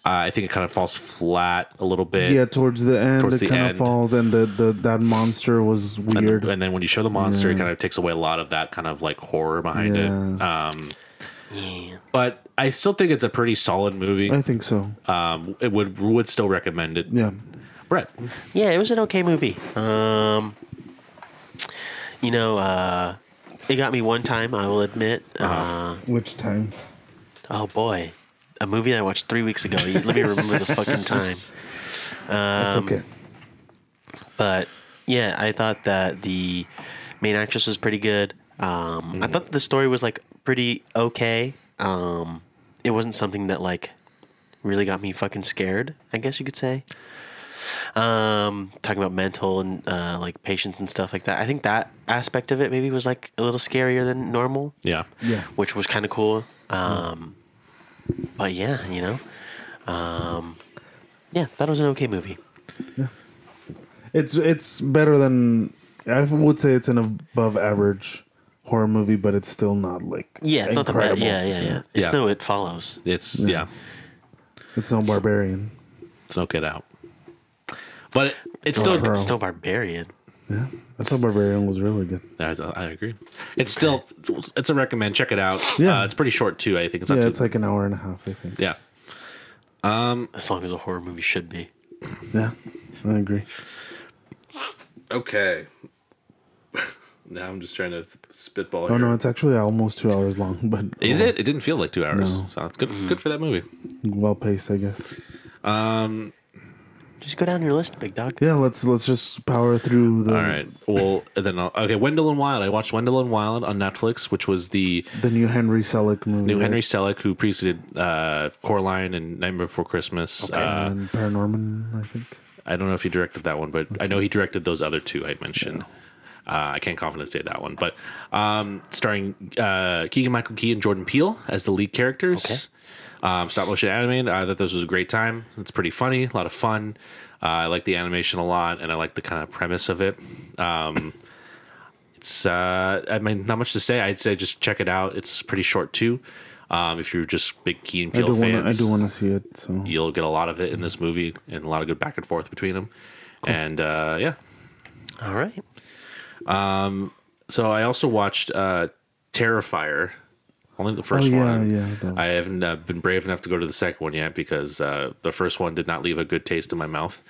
I think it kind of falls flat a little bit. Yeah, towards the end, Towards the it kind end. of falls, and the, the that monster was And, weird. and then when you show the monster, it kind of takes away a lot of that kind of like horror behind it. Um, But I still think it's a pretty solid movie. I think so. Uh, Um, it would would still recommend it. Yeah, Brett, Yeah, it was an okay movie. Um, you know, uh, it got me one time, I will admit. Uh, which time? oh, boy. A movie that I watched three weeks ago. Let me remember the fucking time. It's um, okay. But yeah, I thought that the main actress was pretty good. Um, I thought the story was like pretty okay. Um, it wasn't something that like really got me fucking scared. I guess you could say. Um, talking about mental and uh, like patience and stuff like that. I think that aspect of it maybe was like a little scarier than normal yeah, Yeah, which was kind of cool. Um, but yeah, you know, um, yeah, that was an okay movie. it's it's better than I would say. It's an above average horror movie, but it's still not like Yeah, it's not the best. incredible. Yeah, yeah, yeah. Yeah. It's, no, it follows. it's yeah, It's no barbarian. it's no Get Out, but it, it's still. Bro. It's no barbarian. I thought barbarian was really good. I, I agree. It's still. It's a recommend. Check it out. Yeah. uh, it's pretty short too. I think it's not yeah, too. it's like an hour and a half, I think. yeah, As long as a horror movie should be. Yeah, I agree. Okay. [laughs] now I'm just trying to spitball Oh no, it's actually almost two hours long, [laughs] but Is it? It didn't feel like two hours. No. Mm-hmm. So that's good. Good for that movie. well paced, I guess. Just go down your list, big dog. Yeah, let's let's just power through the All right. Well, and then I'll, okay. Wendell and Wild. I watched Wendell and Wild on Netflix, which was the the new Henry Selick movie, new right? Henry Selick who preceded uh, Coraline and Nightmare Before Christmas. Uh, and Paranorman, I think. I don't know if he directed that one, but I know he directed those other two I mentioned. Uh, I can't confidently say that one, but um, starring uh, Keegan Michael Key and Jordan Peele as the lead characters. Um, stop motion animated. I thought this was a great time. It's pretty funny, a lot of fun. Uh, I like the animation a lot, and I like the kind of premise of it. Um, it's uh, I mean, not much to say. I'd say just check it out. It's pretty short too. Um, if you're just big Key and I Peele do fans, want I do want to see it. So you'll get a lot of it in this movie and a lot of good back and forth between them. And uh, yeah, All right. so I also watched uh, Terrifier, only the first Oh, yeah, one. yeah, that one. I haven't uh, been brave enough to go to the second one yet because uh, the first one did not leave a good taste in my mouth.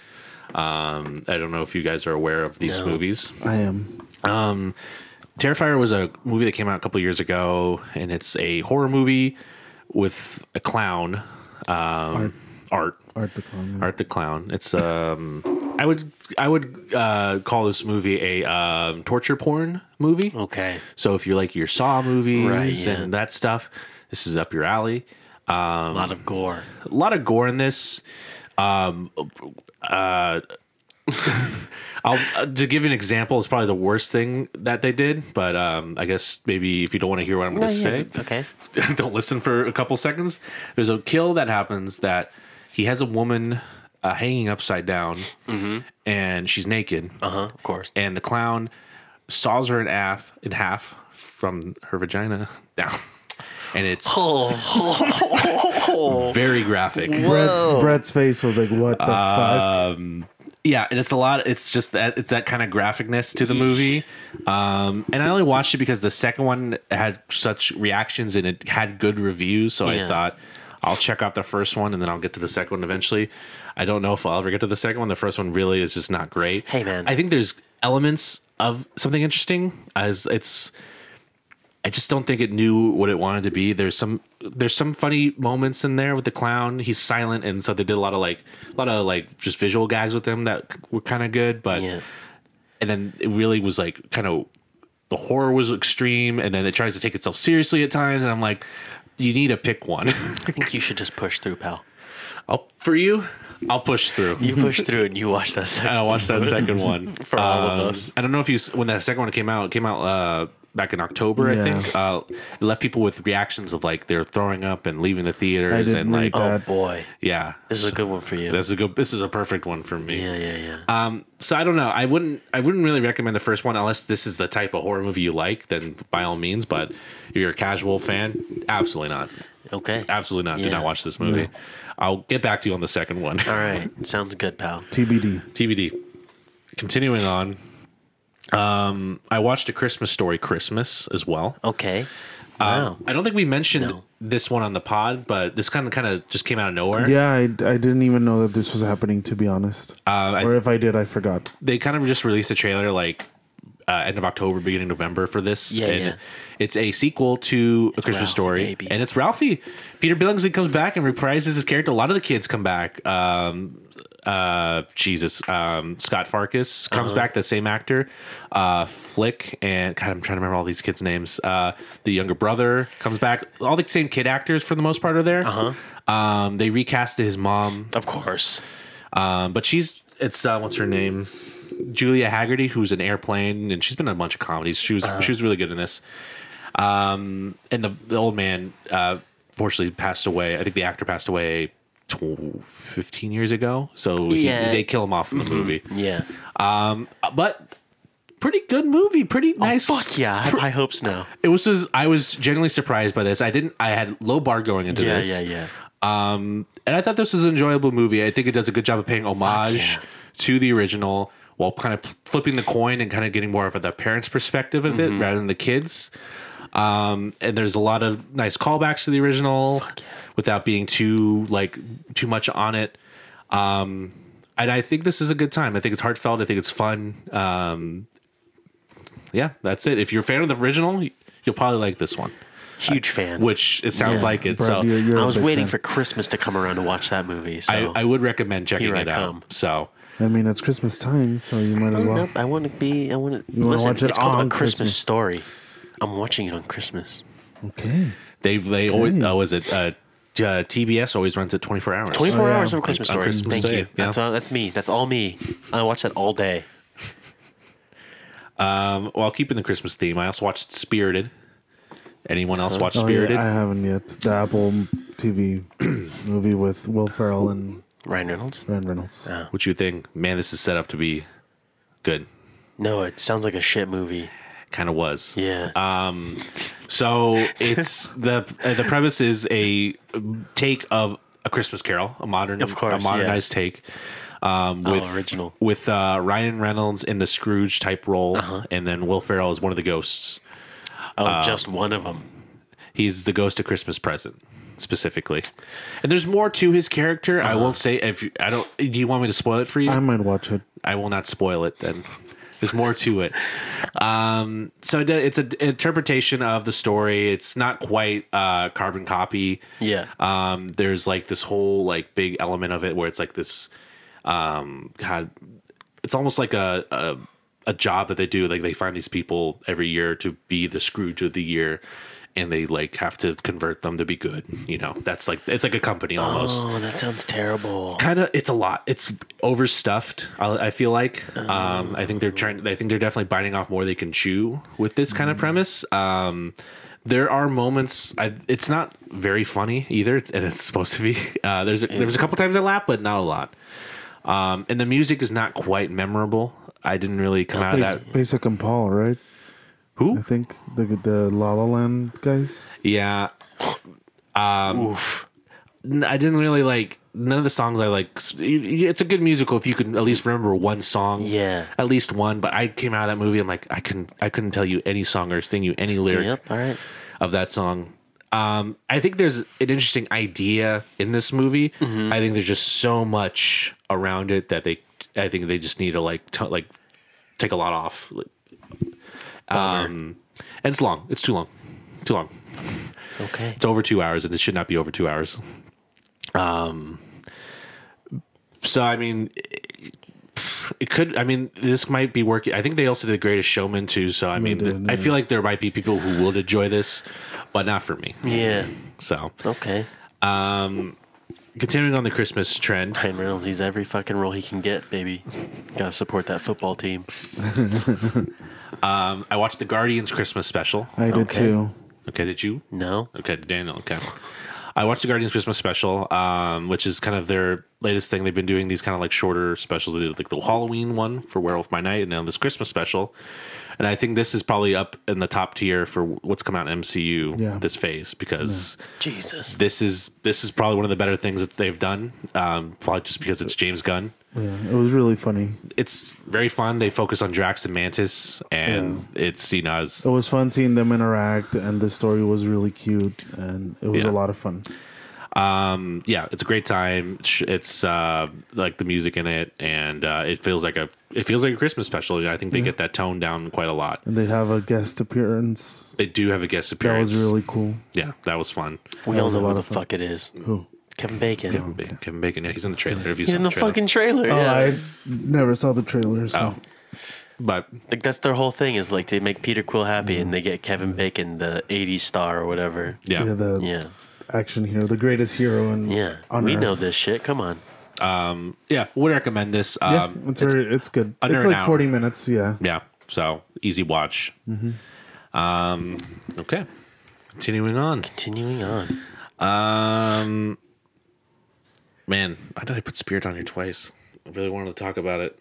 Um, I don't know if you guys are aware of these movies. I am. Terrifier was a movie that came out a couple years ago, and it's a horror movie with a clown, um, art. Art the Clown. Art the Clown. It's um, I would I would uh, call this movie a um, torture porn movie. Okay. So if you like your Saw movies Right, yeah. and that stuff, this is up your alley. a lot of gore. A lot of gore in this. Um, uh, [laughs] I'll, uh, to give you an example, it's probably the worst thing that they did. But um, I guess maybe if you don't want to hear what I'm going to say, Okay. [laughs] don't listen for a couple seconds. There's a kill that happens that he has a woman uh, hanging upside down, and she's naked, Uh huh. Of course. and the clown saws her in half, in half from her vagina down, [laughs] and it's Oh, very graphic. Brett, Brett's face was like, "What the Uh, fuck?" Yeah, and it's a lot. It's just that it's that kind of graphicness to the movie. Um, and I only watched it because the second one had such reactions and it had good reviews, so I Yeah. thought. I'll check out the first one and then I'll get to the second one eventually. I don't know if I'll ever get to the second one. The first one really is just not great. Hey, man. I think there's elements of something interesting as it's I just don't think it knew what it wanted to be. There's some there's some funny moments in there with the clown. He's silent, and so they did a lot of like a lot of like just visual gags with him that were kind of good. But Yeah. and then it really was like kind of the horror was extreme, and then it tries to take itself seriously at times. And I'm like, you need to pick one. [laughs] I think you should just push through, pal. I'll, for you, I'll push through. [laughs] You push through and you watch that. and Second. I [laughs] watched that second one For all of Um, us. I don't know if you s- when that second one came out. It came out uh, back in October, I Yeah. think. Uh, it left people with reactions of like they're throwing up and leaving the theaters I didn't and read like oh, that. Oh boy, yeah. this is a good one for you. That's a good. This is a perfect one for me. yeah, yeah, yeah. Um, so I don't know. I wouldn't. I wouldn't really recommend the first one unless this is the type of horror movie you like. Then by all means. But if you're a casual fan, absolutely not. okay. Absolutely not. Do Yeah. not watch this movie. I'll get back to you on the second one. [laughs] All right, sounds good, pal. TBD. TBD. Continuing on, um, I watched A Christmas Story Christmas as well. Okay. Wow. I don't think we mentioned Oh. No. this one on the pod, but this kind of kind of just came out of nowhere. Yeah, I, I didn't even know that this was happening, to be honest. Uh, I- or if I did, I forgot. They kind of just released a trailer like uh, end of October, beginning of November for this. Yeah, and yeah. It's a sequel to A Christmas Ralphie, Story, baby. and it's Ralphie. Peter Billingsley comes back and reprises his character. A lot of the kids come back. Um, uh, Jesus, um, Scott Farkas Uh-huh. comes back, the same actor. Uh, Flick and God, I'm trying to remember all these kids' names. Uh, the younger brother comes back. All the same kid actors for the most part are there. Uh-huh. Um, they recasted his mom. Of course. Um, but she's it's uh, what's her name, Julia Haggerty, who's an airplane, and she's been in a bunch of comedies. She was Uh-huh. she was really good in this. Um, and the, the old man, uh, fortunately, passed away. I think the actor passed away. 12, 15 years ago so he, Yeah. Mm-hmm. they kill him off in the movie Yeah. but pretty good movie pretty nice Oh, Fuck yeah. I have high hopes now. it was just i was genuinely surprised by this i didn't i had low bar going into Yeah, this yeah, yeah. Um, and I thought this was an enjoyable movie. I think it does a good job of paying homage yeah. to the original while kind of flipping the coin and kind of getting more of the parents' perspective of it rather than the kids. Um, and there's a lot of nice callbacks to the original without being too like too much on it. Um, and I think this is a good time. I think it's heartfelt. I think it's fun. Um, yeah, that's it. If you're a fan of the original, you'll probably like this one, Huge fan. which it sounds like it. Brad, so you're- you're I a was big waiting fan. for Christmas to come around to watch that movie. So. I, I would recommend checking Here I it come. out. So I mean, it's Christmas time, so you might as Oh, well. Nope, I want to be. I want to wanna listen. watch it it's called a on Christmas, Christmas. Oh, story. I'm watching it on Christmas. Okay. they they always uh, was it uh, t- uh, TBS always runs at twenty four hours. 24 yeah. hours of a Christmas On story. Christmas Thank Day, you. That's yeah. all, that's me. That's all me. I watch that all day. Um, while keeping the Christmas theme, I also watched Spirited. Anyone else watch Oh, yeah, Spirited? I haven't yet. The Apple [clears throat] TV movie with Will Ferrell and Ryan Reynolds. Ryan Reynolds. What you think? Man, this is set up to be good. No, it sounds like a shit movie. Uh, Kind of was. Yeah. So [laughs] it's the uh, the premise is a take of a Christmas Carol, a modern, Of course, a modernized take. Um, Oh, with original. with uh, Ryan Reynolds in the Scrooge type role, Uh-huh. and then Will Ferrell is one of the ghosts. oh, just one of them. He's the ghost of Christmas present specifically. And there's more to his character. I won't say if you, I don't do you want me to spoil it for you? I might watch it. I will not spoil it then. There's more to it. Um, so it- it's an interpretation of the story. It's not quite uh, carbon copy. Yeah. Um, there's like this whole like big element of it where it's like this. Um, God, it's almost like a, a a job that they do. Like they find these people every year to be the Scrooge of the year, and they like have to convert them to be good. You know, that's like it's like a company almost Oh, that sounds terrible. kind of it's a lot it's overstuffed i, I feel like um, i think they're trying i think they're definitely biting off more they can chew with this kind of premise um, there are moments I, it's not very funny either it's- and it's supposed to be [laughs] uh, there's a, there was a couple times i laughed but not a lot um, and the music is not quite memorable i didn't really come out of Bas- that Basic and Paul, right? I who think the the La La Land guys. yeah um, n- i didn't really like none of the songs i like s- y- y- it's a good musical if you can at least remember one song Yeah. at least one. But I came out of that movie. I'm like, I couldn't, I couldn't tell you any song or sing you any lyric Yep. All right. of that song. Um, I think there's an interesting idea in this movie. I think there's just so much around it that they, I think they just need to like, t- like, take a lot off. Like, Um, and it's long. It's too long. Too long. Okay. It's over two hours, and it should not be over two hours. Um, so I mean, it, it could. I mean, this might be working. I think they also did The Greatest Showman too. So I mean, did, th- I feel like there might be people who would enjoy this, but not for me. Yeah. So Okay. continuing on the Christmas trend, Ryan Reynolds, he's every fucking role he can get, baby. Gotta support that football team. um, I watched the Guardians Christmas special. I did Okay. too. Okay, did you? No? Okay, Daniel. Okay. I watched the Guardians Christmas special, um, which is kind of their latest thing. They've been doing these kind of like shorter specials. They did like the Halloween one for Werewolf by Night, and then this Christmas special. And I think this is probably up in the top tier for what's come out in MCU Yeah. this phase because Jesus. this is this is probably one of the better things that they've done. Um, probably just because it's James Gunn Yeah, it was really funny. it's very fun. They focus on Drax and Mantis, and it's you know it's, It was fun seeing them interact, and the story was really cute, and it was Yeah. a lot of fun. um yeah, it's a great time. It's- It's uh like the music in it, and uh, it feels like a it feels like a Christmas special. I think they get that tone down quite a lot. And they have a guest appearance. They do have a guest That appearance. was really cool. yeah, that was fun. We That all was a know lot who the of fun. fuck it is. Who? Kevin Bacon. Ba- Kevin Bacon, yeah, he's in the trailer. If you He's saw in the trailer. fucking trailer. Oh, yeah. I never saw the trailer. So. but Like that's their whole thing is like they make Peter Quill happy and they get Kevin Bacon, the '80s star or whatever. yeah, Yeah, the Yeah, action hero, the greatest hero, and yeah. on we Earth. know this shit. Come on. yeah, would recommend this. Yeah, Um, it's, very, it's good. under It's an like hour. forty minutes. Yeah, yeah so easy watch. Mm-hmm. Um, okay, continuing on. Continuing on. Um, man, why did I put Spirit on here twice? I really wanted to talk about [laughs] it.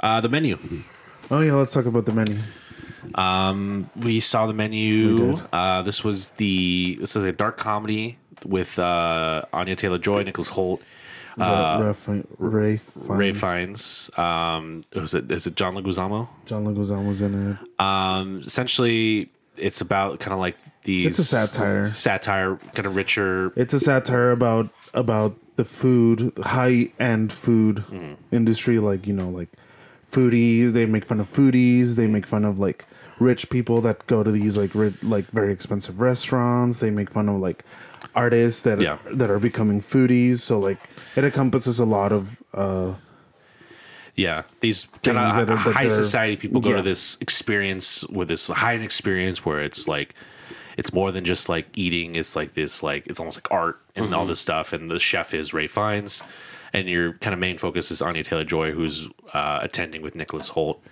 uh, the menu. Oh yeah, let's talk about the menu. We saw the menu. We did. Uh, this was the this is a dark comedy with uh, Anya Taylor Joy, Nicholas Holt, Uh, Ray, Fin- Ray, Fiennes. Ray Fiennes. Um, was it is it John Leguizamo? John Leguizamo was in it. Um, essentially, it's about kind of like these. It's a satire. Satire, kind of richer. It's a satire about about the food, high end food Mm-hmm. industry. Like you know, like foodies. They make fun of foodies. They make fun of like rich people that go to these like ri- like very expensive restaurants. They make fun of like artists that Yeah. that are becoming foodies. So like it encompasses a lot of uh Yeah, these kind Things that of are- that high they're- society people go yeah. to this experience with this high end experience where it's like it's more than just like eating. It's like this like it's almost like art and Mm-hmm. all this stuff. And the chef is Ray Fiennes, and your kind of main focus is Anya Taylor Joy, who's uh, attending with Nicholas Holt.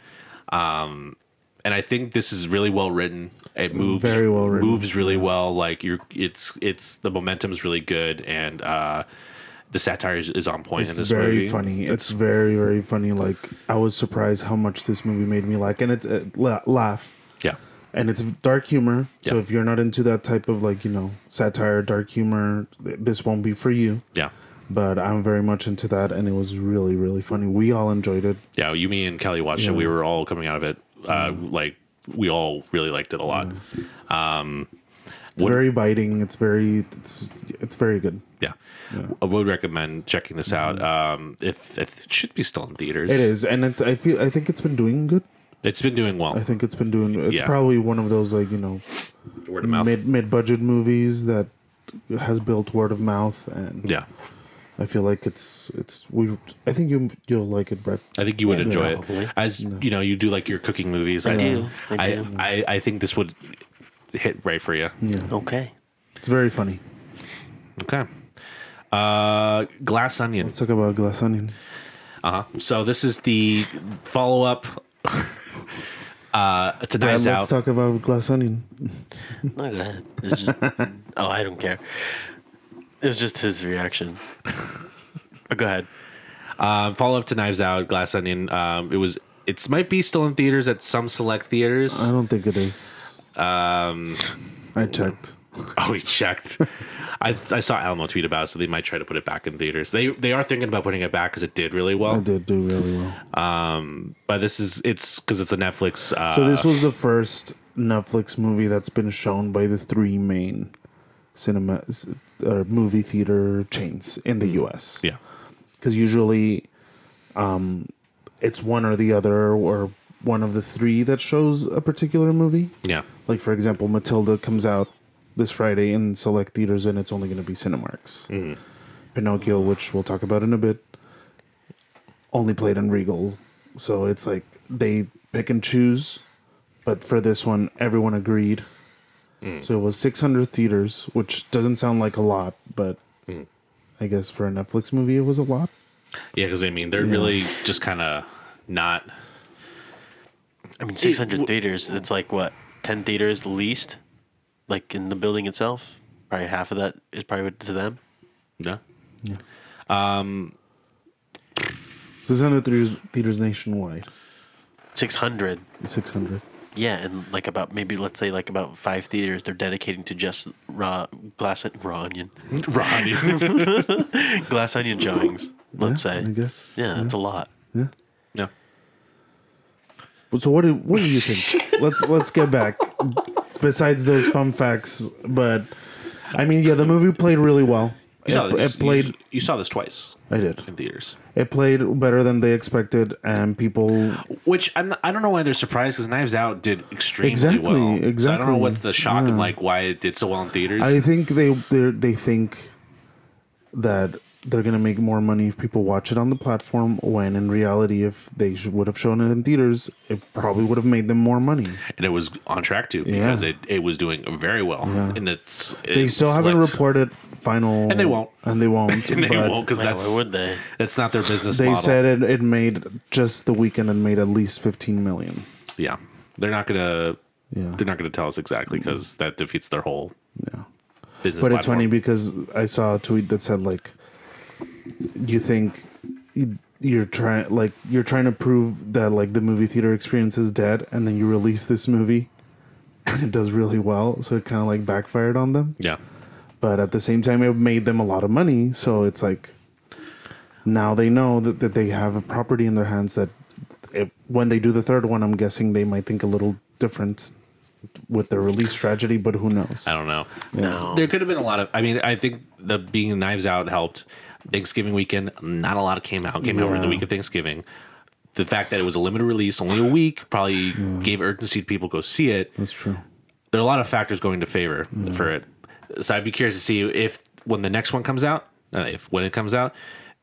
Um, and I think this is really well written. It moves Very well written. Moves really well. Like you're, it's it's the momentum is really good and. uh the satire is, is on point It's in this very movie. funny. It's, very very funny. Like I was surprised how much this movie made me like, and it, it la- laugh. Yeah. And it's dark humor. So Yeah. if you're not into that type of like you know satire, dark humor, th- this won't be for you. Yeah. But I'm very much into that, and it was really really funny. We all enjoyed it. Yeah, you, me, and Kelly watched it. We were all coming out of it. Uh, Mm. Like, we all really liked it a lot. It's very biting. It's very it's it's very good. Yeah. I would recommend checking this out. Um, if It should be still in theaters. Mm-hmm. It is, and it, I feel I think it's been doing good. It's been doing well. I think it's been doing. It's Yeah. probably one of those like you know Word of mouth. mid mid budget movies that has built word of mouth and yeah. I feel like it's it's we. I think you you'll like it, Brett. I think you would enjoy probably. it. As you know, you do like your cooking movies. I, do. I I, do. I, I think this would hit right for you. Yeah, Okay. it's very funny. Okay. Uh, Glass Onion. Let's talk about Glass Onion. So this is the follow up [laughs] uh, to Brett, Knives let's Out. talk about Glass Onion. No, go ahead. It's [laughs] just, oh, I don't care. It was just his [laughs] reaction. But go ahead. Um, follow up to Knives Out, Glass Onion. Um, it was. It's might be still in theaters at some select theaters. I don't think it is. Um, I checked. [laughs] oh, we [laughs] checked. I, I saw Alamo tweet about it, so they might try to put it back in theaters. They they are thinking about putting it back because it did really well. I did do really well. But this is it's because it's a Netflix. Uh, So this was the first Netflix movie that's been shown by the three main cinema s- uh, movie theater chains in the U.S. Mm-hmm. Yeah. because usually, um, it's one or the other or one of the three that shows a particular movie. Yeah. Like for example, Matilda comes out this Friday in select theaters, and it's only going to be Cinemarks. Pinocchio, which we'll talk about in a bit, only played in Regal, so it's like they pick and choose. But for this one, everyone agreed. So it was 600 theaters, which doesn't sound like a lot, but I guess for a Netflix movie, it was a lot. Yeah, because I mean, they're really just kind of not. I mean, 600 theaters, it's like what, 10 theaters least? Like in the building itself? Probably half of that is probably to them. No. 600 theaters, theaters nationwide. 600. 600. Yeah, and like about maybe let's say like about five theaters they're dedicating to just raw glass raw onion, [laughs] [laughs] Right. glass onion showings. Let's Yeah, say. I guess. Yeah, that's a lot. [laughs] no. Well, So what do what do you think? let's let's get back. Besides those fun facts, but I mean, yeah, the movie played really well. You saw, It, you- it played. You, you saw this twice I did. in theaters, It played better than they expected, and people. which I'm not, I don't know why they're surprised because Knives Out did extremely Exactly, well. So I don't know exactly. what's the shock and like why it did so well in theaters. I think they they they think that they're gonna make more money if people watch it on the platform. When in reality, if they should, would have shown it in theaters, it probably would have made them more money. and it was on track to because it, it was doing very well. And it's They it still haven't slipped. reported final, And they won't. and they won't, [laughs] And they but- won't because Yeah, that's why would they? that's not their business. They model. said it, it made just the weekend and made at least 15 million. yeah, they're not gonna Yeah. they're not gonna tell us exactly because that defeats their whole Yeah. business. But it's platform. funny because I saw a tweet that said like you think you- you're trying like you're trying to prove that like the movie theater experience is dead and then you release this movie [laughs] and it does really well so it kind of like backfired on them yeah, but at the same time it made them a lot of money so it's like now they know that, that they have a property in their hands that if when they do the third one i'm guessing they might think a little different with their release strategy but who knows I don't know. No. There could have been a lot of. I mean, I think the being Knives Out helped. Thanksgiving weekend, not a lot came out. Came out over the Yeah. week of Thanksgiving. The fact that it was a limited release, only a week, probably gave urgency to people to go see it. that's true there are a lot of factors going to favor for it. So I'd be curious to see if when the next one comes out, uh, if when it comes out,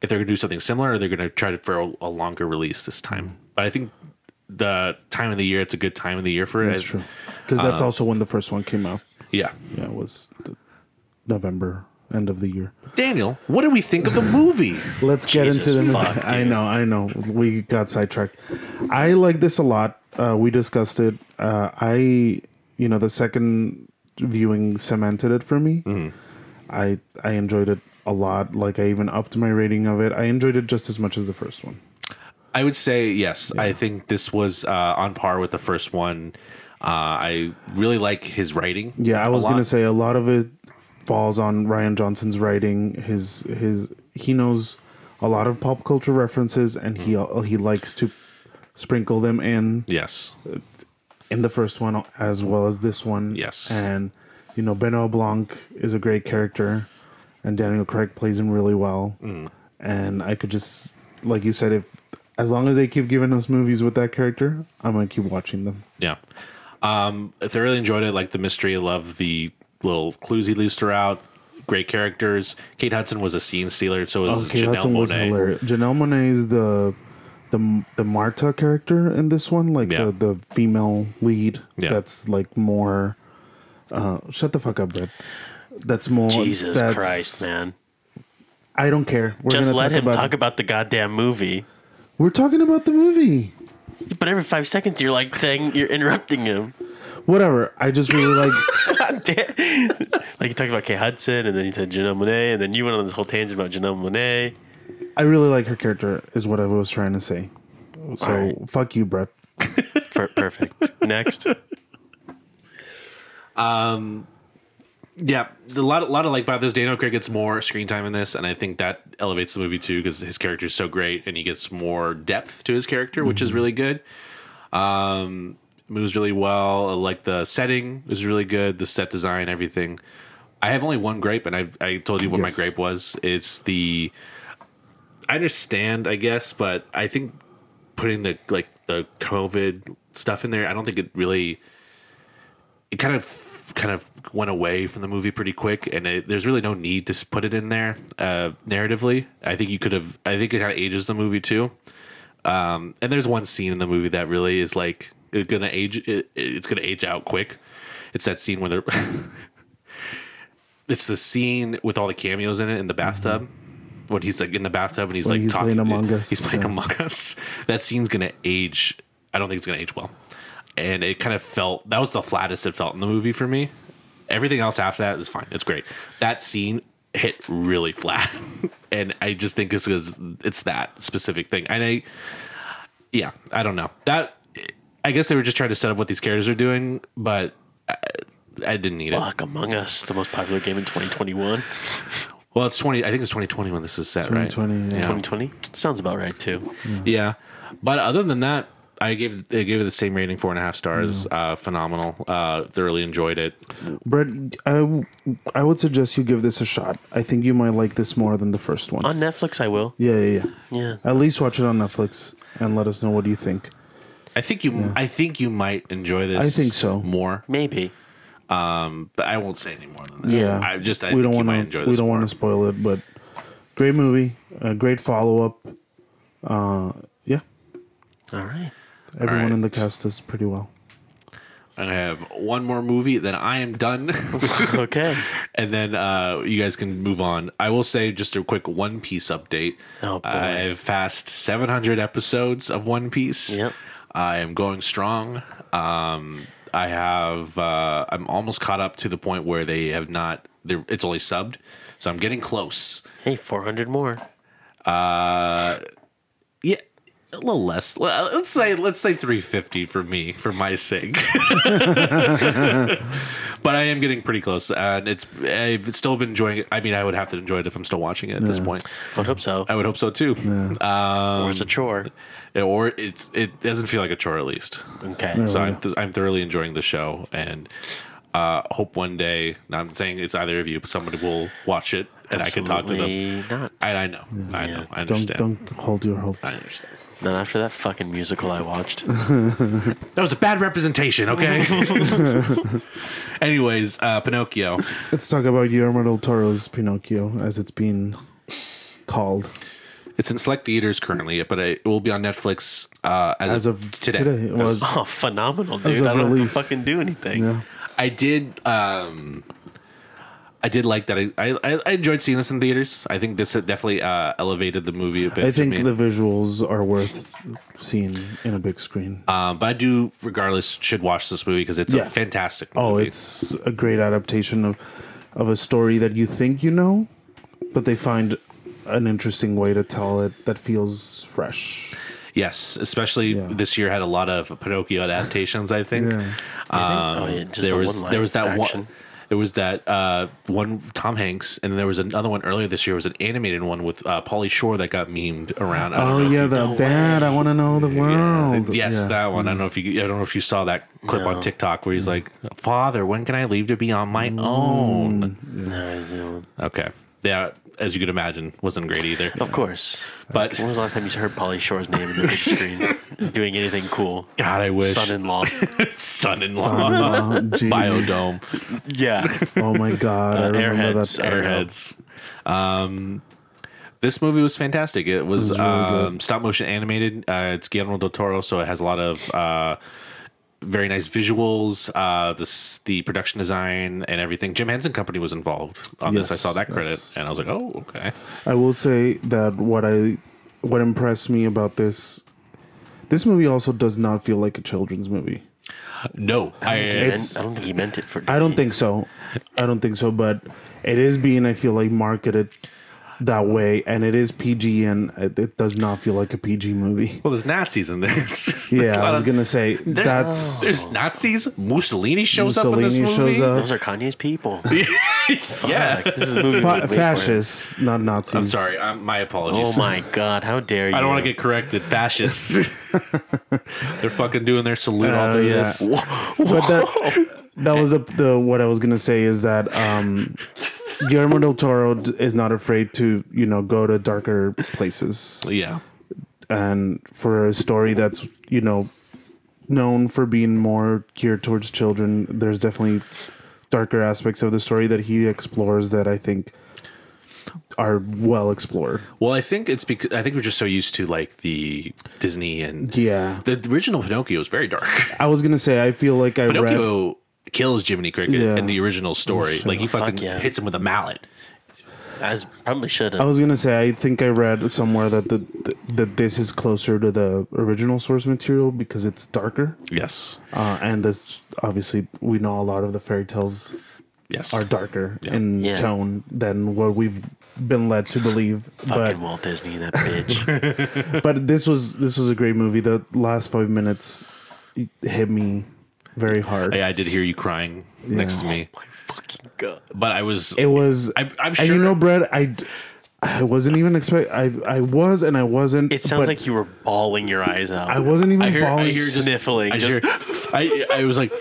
if they're going to do something similar or they're going to try to for a, a longer release this Mm. time. But I think the time of the year, it's a good time of the year for that's it. true because Uh, that's also when the first one came out Yeah. yeah it was the november end of the year Daniel, what do we think of the movie? let's get Jesus into the fuck, i know i know we got sidetracked i like this a lot uh, we discussed it uh, i you know the second viewing cemented it for me i i enjoyed it a lot like i even upped my rating of it i enjoyed it just as much as the first one I would say yes. I think this was uh, on par with the first one. Uh, I really like his writing. yeah i was a lot. gonna say a lot of it falls on ryan johnson's writing his his he knows a lot of pop culture references and he he likes to sprinkle them in Yes. in the first one as well as this one. Yes. And you know, Benoit Blanc is a great character, and Daniel Craig plays him really well. Mm. And I could just, like you said, if as long as they keep giving us movies with that character, I'm gonna keep watching them. Yeah. Um, I thoroughly enjoyed it. Like the mystery, I love the little clues he leaves throughout. Great characters. Kate Hudson was a scene stealer, so was Okay, Janelle that one Oh, was Monáe. hilarious. Janelle Monet is the the the Marta character in this one, like Yeah. the the female lead. Yeah. That's like more. Uh, shut the fuck up, Brett. That's more. Jesus that's- Christ, man. I don't care. We're Just gonna let talk him about it. talk about the goddamn movie. We're talking about the movie. But every five seconds you're like saying you're interrupting him. [laughs] Whatever. I just really like. God damn. like you talked about Kay Hudson and then you said Janelle Monet and then you went on this whole tangent about Janelle Monet. I really like her character. Is what I was trying to say. So Alright. fuck you, Brett. perfect. [laughs] Next. Yeah, a lot, a lot of like about this. Daniel Craig gets more screen time in this, and I think that elevates the movie too because his character is so great, and he gets more depth to his character, which is really good. Um, moves really well. Like the setting is really good. The set design, everything. I have only one gripe, and I I told you what my Yes. gripe was. It's the I understand, I guess, but I think putting the like the COVID stuff in there, I don't think it really. It kind of kind of went away from the movie pretty quick, and it, there's really no need to s- put it in there uh, narratively. I think you could have. I think it kind of ages the movie too. Um, and there's one scene in the movie that really is like it's gonna age. It, it's gonna age out quick. It's that scene where they're. [laughs] it's the scene with all the cameos in it in the bathtub. When he's like in the bathtub and he's like he's talking playing Among Us, He's playing yeah. Among Us. That scene's gonna age. I don't think it's gonna age well. And it kind of felt that was the flattest it felt in the movie for me. Everything else after that is fine. It's great. That scene hit really flat, [laughs] and I just think it's because it's that specific thing. And I yeah, I don't know. That I guess they were just trying to set up what these characters are doing, but I, I didn't need it. Fuck Among Us, the most popular game in 2021. Well, it's twenty. I think it's twenty twenty when this was set, right? 2020, yeah. yeah. 2020 sounds about right too. Yeah, but other than that, I gave I gave it the same rating, four and a half stars. Uh, phenomenal. Uh, thoroughly enjoyed it. Brett, I, w- I would suggest you give this a shot. I think you might like this more than the first one. On Netflix, I will. yeah, yeah, yeah. Yeah, At least watch it on Netflix and let us know what you think. I think you. I think you might enjoy this. I think so. More, maybe. but I won't say any more than that. Yeah, I just. I we think don't you want might to enjoy we this. don't want to spoil it, but great movie, a great follow up. Uh, yeah, All right. everyone right. in the cast does pretty well. I have one more movie, then I am done. [laughs] Okay. and then uh, you guys can move on. I will say just a quick One Piece update. Oh, boy. I've passed 700 episodes of One Piece. Yep. I am going strong. Um, I have. Uh, I'm almost caught up to the point where they have not. They're, it's only subbed, so I'm getting close. Hey, 400 more. Yeah. A little less. Well, Let's say let's say 350 for me, for my sake. [laughs] but I am getting pretty close, and it's I've still been enjoying it. I mean, I would have to enjoy it if I'm still watching it at this point. I would hope so. I would hope so too. or Um, it's a chore. Or it's it doesn't feel like a chore at least. Okay. Oh, So I'm th- I'm thoroughly enjoying the show, and uh, hope one day. I'm saying it's either of you, but somebody will watch it, and I can talk to them. Absolutely Not. And I know, I know, I Don't understand. don't hold your hopes. I understand. Not after that fucking musical I [laughs] watched. [laughs] That was a bad [laughs] representation, okay? Anyways, uh, Pinocchio. Let's talk about Guillermo del Toro's Pinocchio, as it's been called It's in select theaters currently, but it will be on Netflix uh, as, as of today. today. it was Oh, phenomenal, dude. a I don't release. have to fucking do anything. yeah. I did. Um, I did like that. I, I I enjoyed seeing this in theaters. I think this definitely uh, elevated the movie a bit. I for think me. the visuals are worth seeing in a big screen. Um, but I do, regardless, should watch this movie because it's Yeah. a fantastic movie. Oh, it's a great adaptation of of a story that you think you know, but they find an interesting way to tell it that feels fresh. yes, especially Yeah. this year had a lot of Pinocchio adaptations. I think Yeah. um, Oh, yeah, just there the was one-line there was that action. one. There was that uh, one Tom Hanks, and there was another one earlier this year. It was an animated one with uh, Polly Shore that got memed around. I don't Oh know if yeah, the you- dad. I want to know the world. Yes, Yeah. [laughs] Mm. that one. I don't know if you. I don't know if you saw that clip on TikTok where he's like, "Father, when can I leave to be on my Mm. own?" No, no. Okay, yeah, as you could imagine, wasn't great either. Of course. But When was the last time you heard Polly Shore's name in the big [laughs] screen doing anything cool? God, I wish Son in [laughs] law. son-in-law, Oh, geez. biodome, yeah. Oh my god, I remember Airheads, that. airheads. Um, this movie was fantastic. It was, really good. um, stop motion animated. Uh, it's Guillermo del Toro, so it has a lot of uh, very nice visuals. Uh, the s- the production design and everything. Jim Henson Company was involved on this. I Yes, saw that yes. credit, and I was like, oh, okay. I will say that what I what impressed me about this this movie also does not feel like a children's movie. No, I I. It's- don't think he meant it for. I don't think so. I don't think so, but it is being I feel like marketed that way, and it is PG, and it, it does not feel like a PG movie. Well, there's Nazis in this. [laughs] There's a Yeah, I lot was of- gonna say There's, that's there's Nazis. Mussolini shows up in Mussolini this movie. shows Oh, up. Those are Kanye's [laughs] people. Yeah. This is a movie. we Fa- would wait for. fascists, not Nazis. I'm sorry. I'm, my apologies. Oh my god! How dare you? I don't want to get corrected. Fascists. [laughs] They're fucking doing their salute all Uh, through yeah. this. but that [laughs] that was the the what I was gonna say is that um, Guillermo del Toro d- is not afraid to you know go to darker places, Yeah. and for a story that's you know known for being more geared towards children, there's definitely darker aspects of the story that he explores that I think are well explored. Well, I think it's because I think we're just so used to like the Disney and Yeah, the original Pinocchio is [laughs] very dark. I was gonna say I feel like I read Pinocchio kills Jiminy Cricket Yeah. in the original story. Like he fucking yeah. hits him with a mallet. As probably should I have. was gonna say, I think I read somewhere that the that this is closer to the original source material because it's darker, Yes. uh, and this obviously we know a lot of the fairy tales Yes. are darker Yeah. in Yeah. tone than what we've been led to believe. but Fucking Walt Disney, that bitch. Oh but this was this was a great movie. The last five minutes hit me very hard. I, I did hear you crying next to me, my fucking god. but I was. It was. I- I'm And sure- you know, Brad, I. I wasn't even expect. I I was and I wasn't. It sounds but like you were bawling your eyes out. I wasn't even. I hear. I bawling. hear just sniffling, I just- hear- I, I was like.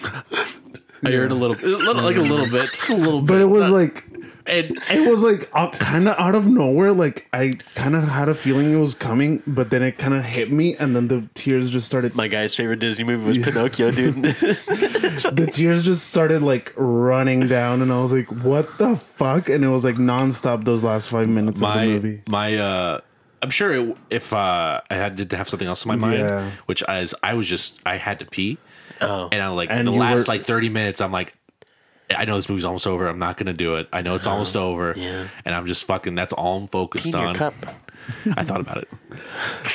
I heard a little, a little- like a little bit, just a little but bit. it was like and it was like kind of out of nowhere. Like I kind of had a feeling it was coming, but then it kind of hit me, and then the tears just started. My guy's favorite Disney movie was Pinocchio, dude. the tears just started like running down, and I was like, "What the fuck?" And it was like nonstop those last five minutes my of the movie. my uh i'm sure it, if uh i had to have something else in my mind Yeah. which as i was just i had to pee Oh. and i like And the you last were- like 30 minutes i'm like i know this movie's almost over i'm not gonna do it i know it's almost over Uh-huh. yeah. and i'm just fucking that's all i'm focused In your on cup. i thought about it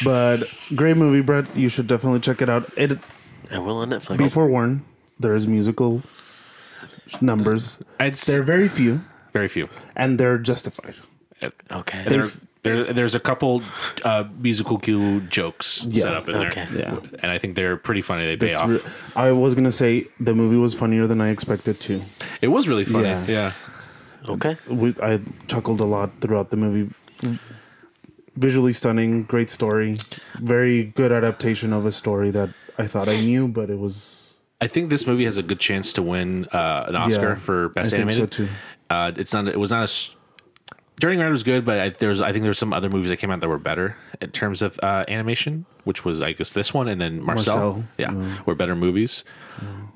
But great movie, Brett. You should definitely check it out. It I will on Netflix. be forewarned, there is musical numbers. it's They're very few, very few and they're justified. okay. there, there, there's a couple uh, musical cue jokes set up in Okay. there, Yeah. and I think they're pretty funny. They pay It's off. re- I was gonna say the movie was funnier than I expected to. it was really funny. Yeah. yeah. Okay. we, I chuckled a lot throughout the movie. Visually stunning, great story, very good adaptation of a story that I thought I knew, but it was I think this movie has a good chance to win uh, an Oscar Yeah, for best I think so animated. too. Uh, it's not. It was not. A, s- Dirty Ride was good, but I, there's. I think there's some other movies that came out that were better in terms of uh, animation, which was I guess this one and then Marcel. Marcel, Yeah, were better movies.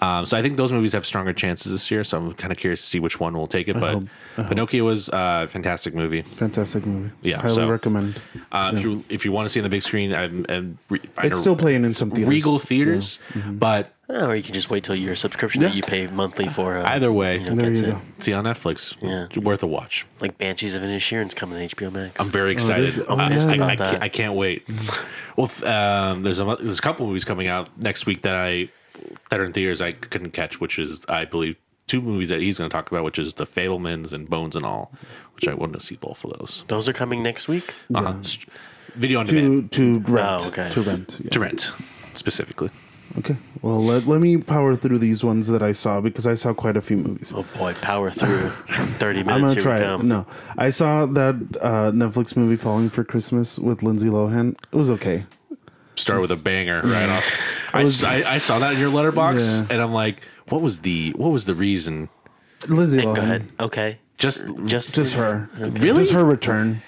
Um, so I think those movies have stronger chances this year. So I'm kind of curious to see which one will take it. but hope- Pinocchio was uh, a fantastic movie. fantastic movie. Yeah, highly so- recommend. Uh, If you if you want to see it on the big screen, I'm, and re, I It's know still playing in some theaters. Mm-hmm. Regal theaters, but Oh, or you can just wait till your subscription that Yeah. you pay monthly for. Uh, either way, know, There gets you it. go. see it on Netflix. Yeah. worth a watch. Like Banshees of Inisherin's coming to HBO Max. I'm very excited. is- oh, I- yeah. I, I, About can't- that. I can't wait. Well, th- um, there's a mo- there's a couple movies coming out next week that I that are in theaters I couldn't catch, which is I believe two movies that he's going to talk about, which is The Fablemans and Bones and All, which I want to see both of those. Those are coming next week. Uh-huh. St- Video on demand To to rent, oh, okay. to rent. yeah. to rent specifically. Okay, well let let me power through these ones that I saw because I saw quite a few movies. Oh boy, power through. Thirty minutes. I'm gonna here try we it. come. No, I saw that uh, Netflix movie Falling for Christmas with Lindsay Lohan. It was okay. Start with a banger right off. I, s- I- I saw that in your letterbox, Yeah. and I'm like, what was the what was the reason? Lindsay Lohan, Go ahead. Okay. Just Just, um, just her, Really? just her return.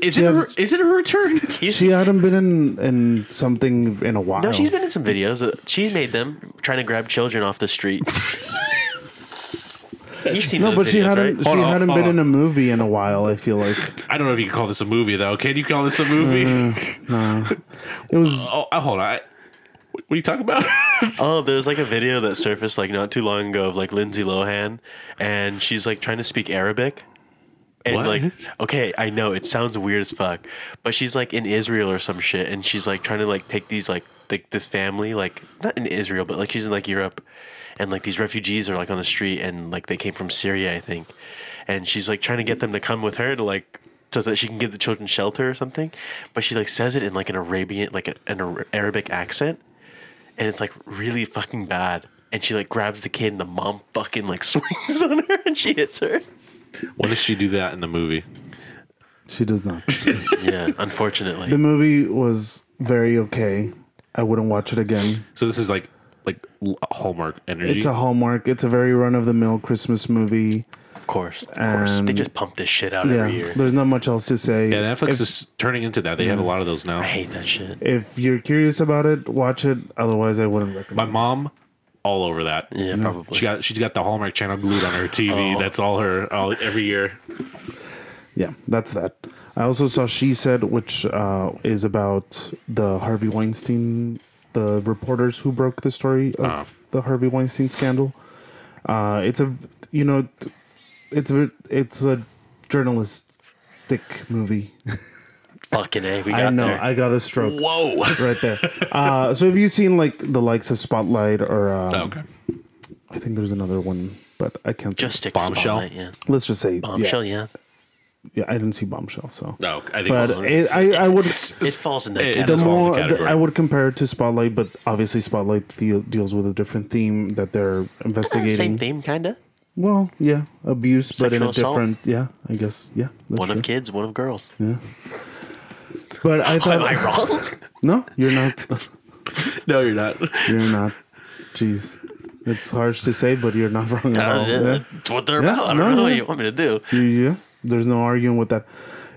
is it a, re- is it a return? She hadn't been in, in something in a while. No, she's been in some videos. Uh, She made them trying to grab children off the street. You've seen no, those but videos, she hadn't. right? She Hold on, hadn't hold been in on. a movie in a while. I feel like I don't know if you can call this a movie though. Can you call this a movie? it was. Oh, I- hold on. I- What are you talking about? Oh, there's like a video that surfaced like not too long ago of like Lindsay Lohan, and she's like trying to speak Arabic. And What? like, okay, I know it sounds weird as fuck, but she's like in Israel or some shit, and she's like trying to like take these like like this family like not in Israel, but like she's in like Europe, and like these refugees are like on the street, and like they came from Syria, I think, and she's like trying to get them to come with her to like so that she can give the children shelter or something. But she like says it in like an Arabian, like an Ar- Arabic accent, and it's like really fucking bad. And she like grabs the kid, and the mom fucking like [laughs] swings on her, and she hits her. What does she do that in the movie? She does not. Yeah, unfortunately. the movie was very okay. I wouldn't watch it again. So this is like like l- Hallmark energy. It's a hallmark. It's a very run of the mill Christmas movie. Of course, of course. They And- just pump this shit out Yeah, every year. there's not much else to say. yeah, Netflix if, is turning into that. They have a lot of those I now. hate that shit. If you're curious about it, watch it. Otherwise, I wouldn't My recommend. mom, all over that. Mm. Yeah, probably. She got she's got the Hallmark Channel glued on her TV. That's all her all every year. Yeah, that's that. I also saw She Said, which uh, is about the Harvey Weinstein, the reporters who broke the story of Ah. the Harvey Weinstein scandal. Uh, it's a you know, t- it's a it's a journalistic movie. Fucking a, we got I know. there. I got a stroke. [laughs] Whoa. right there. Uh, so have you seen like the likes of Spotlight or um, Oh, okay. I think there's another one, but I can't. think- just stick to Bombshell? Spotlight, yeah. let's just say Bombshell, Yeah, yeah. yeah, I didn't see Bombshell, so. No, I think But Oh, it's- it, I, I would It falls in that It- it the does category. fall in the more the- category. I would compare it to Spotlight, but obviously Spotlight deal, deals with a different theme that they're investigating. Eh, Same theme, kinda. Well, yeah, abuse, but in a Sexual assault? different. Yeah, I guess. Yeah, that's One true. of kids, one of girls. But I thought Am [laughs] [laughs] I wrong? no, you're not. no, you're not. You're not. Jeez, it's harsh to say, but you're not wrong at all. Yeah. That's Uh, what they're Yeah, about. I no, don't know no, what no. you want me to do. You- Yeah, there's no arguing with that.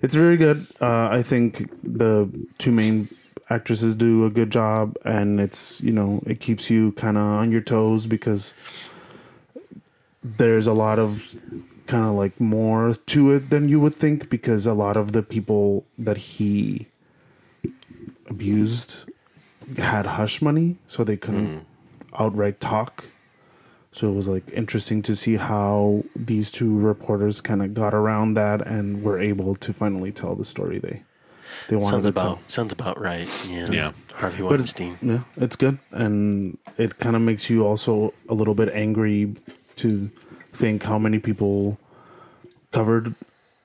It's very good. Uh, I think the two main actresses do a good job, and it's you know it keeps you kind of on your toes because there's a lot of kind of like more to it than you would think because a lot of the people that he abused had hush money, so they couldn't Mm. outright talk. So it was like interesting to see how these two reporters kind of got around that and were able to finally tell the story they they wanted Sounds to about tell. sounds about right. Yeah. Yeah. Harvey But Weinstein. yeah, it's good, and it kind of makes you also a little bit angry to think how many people covered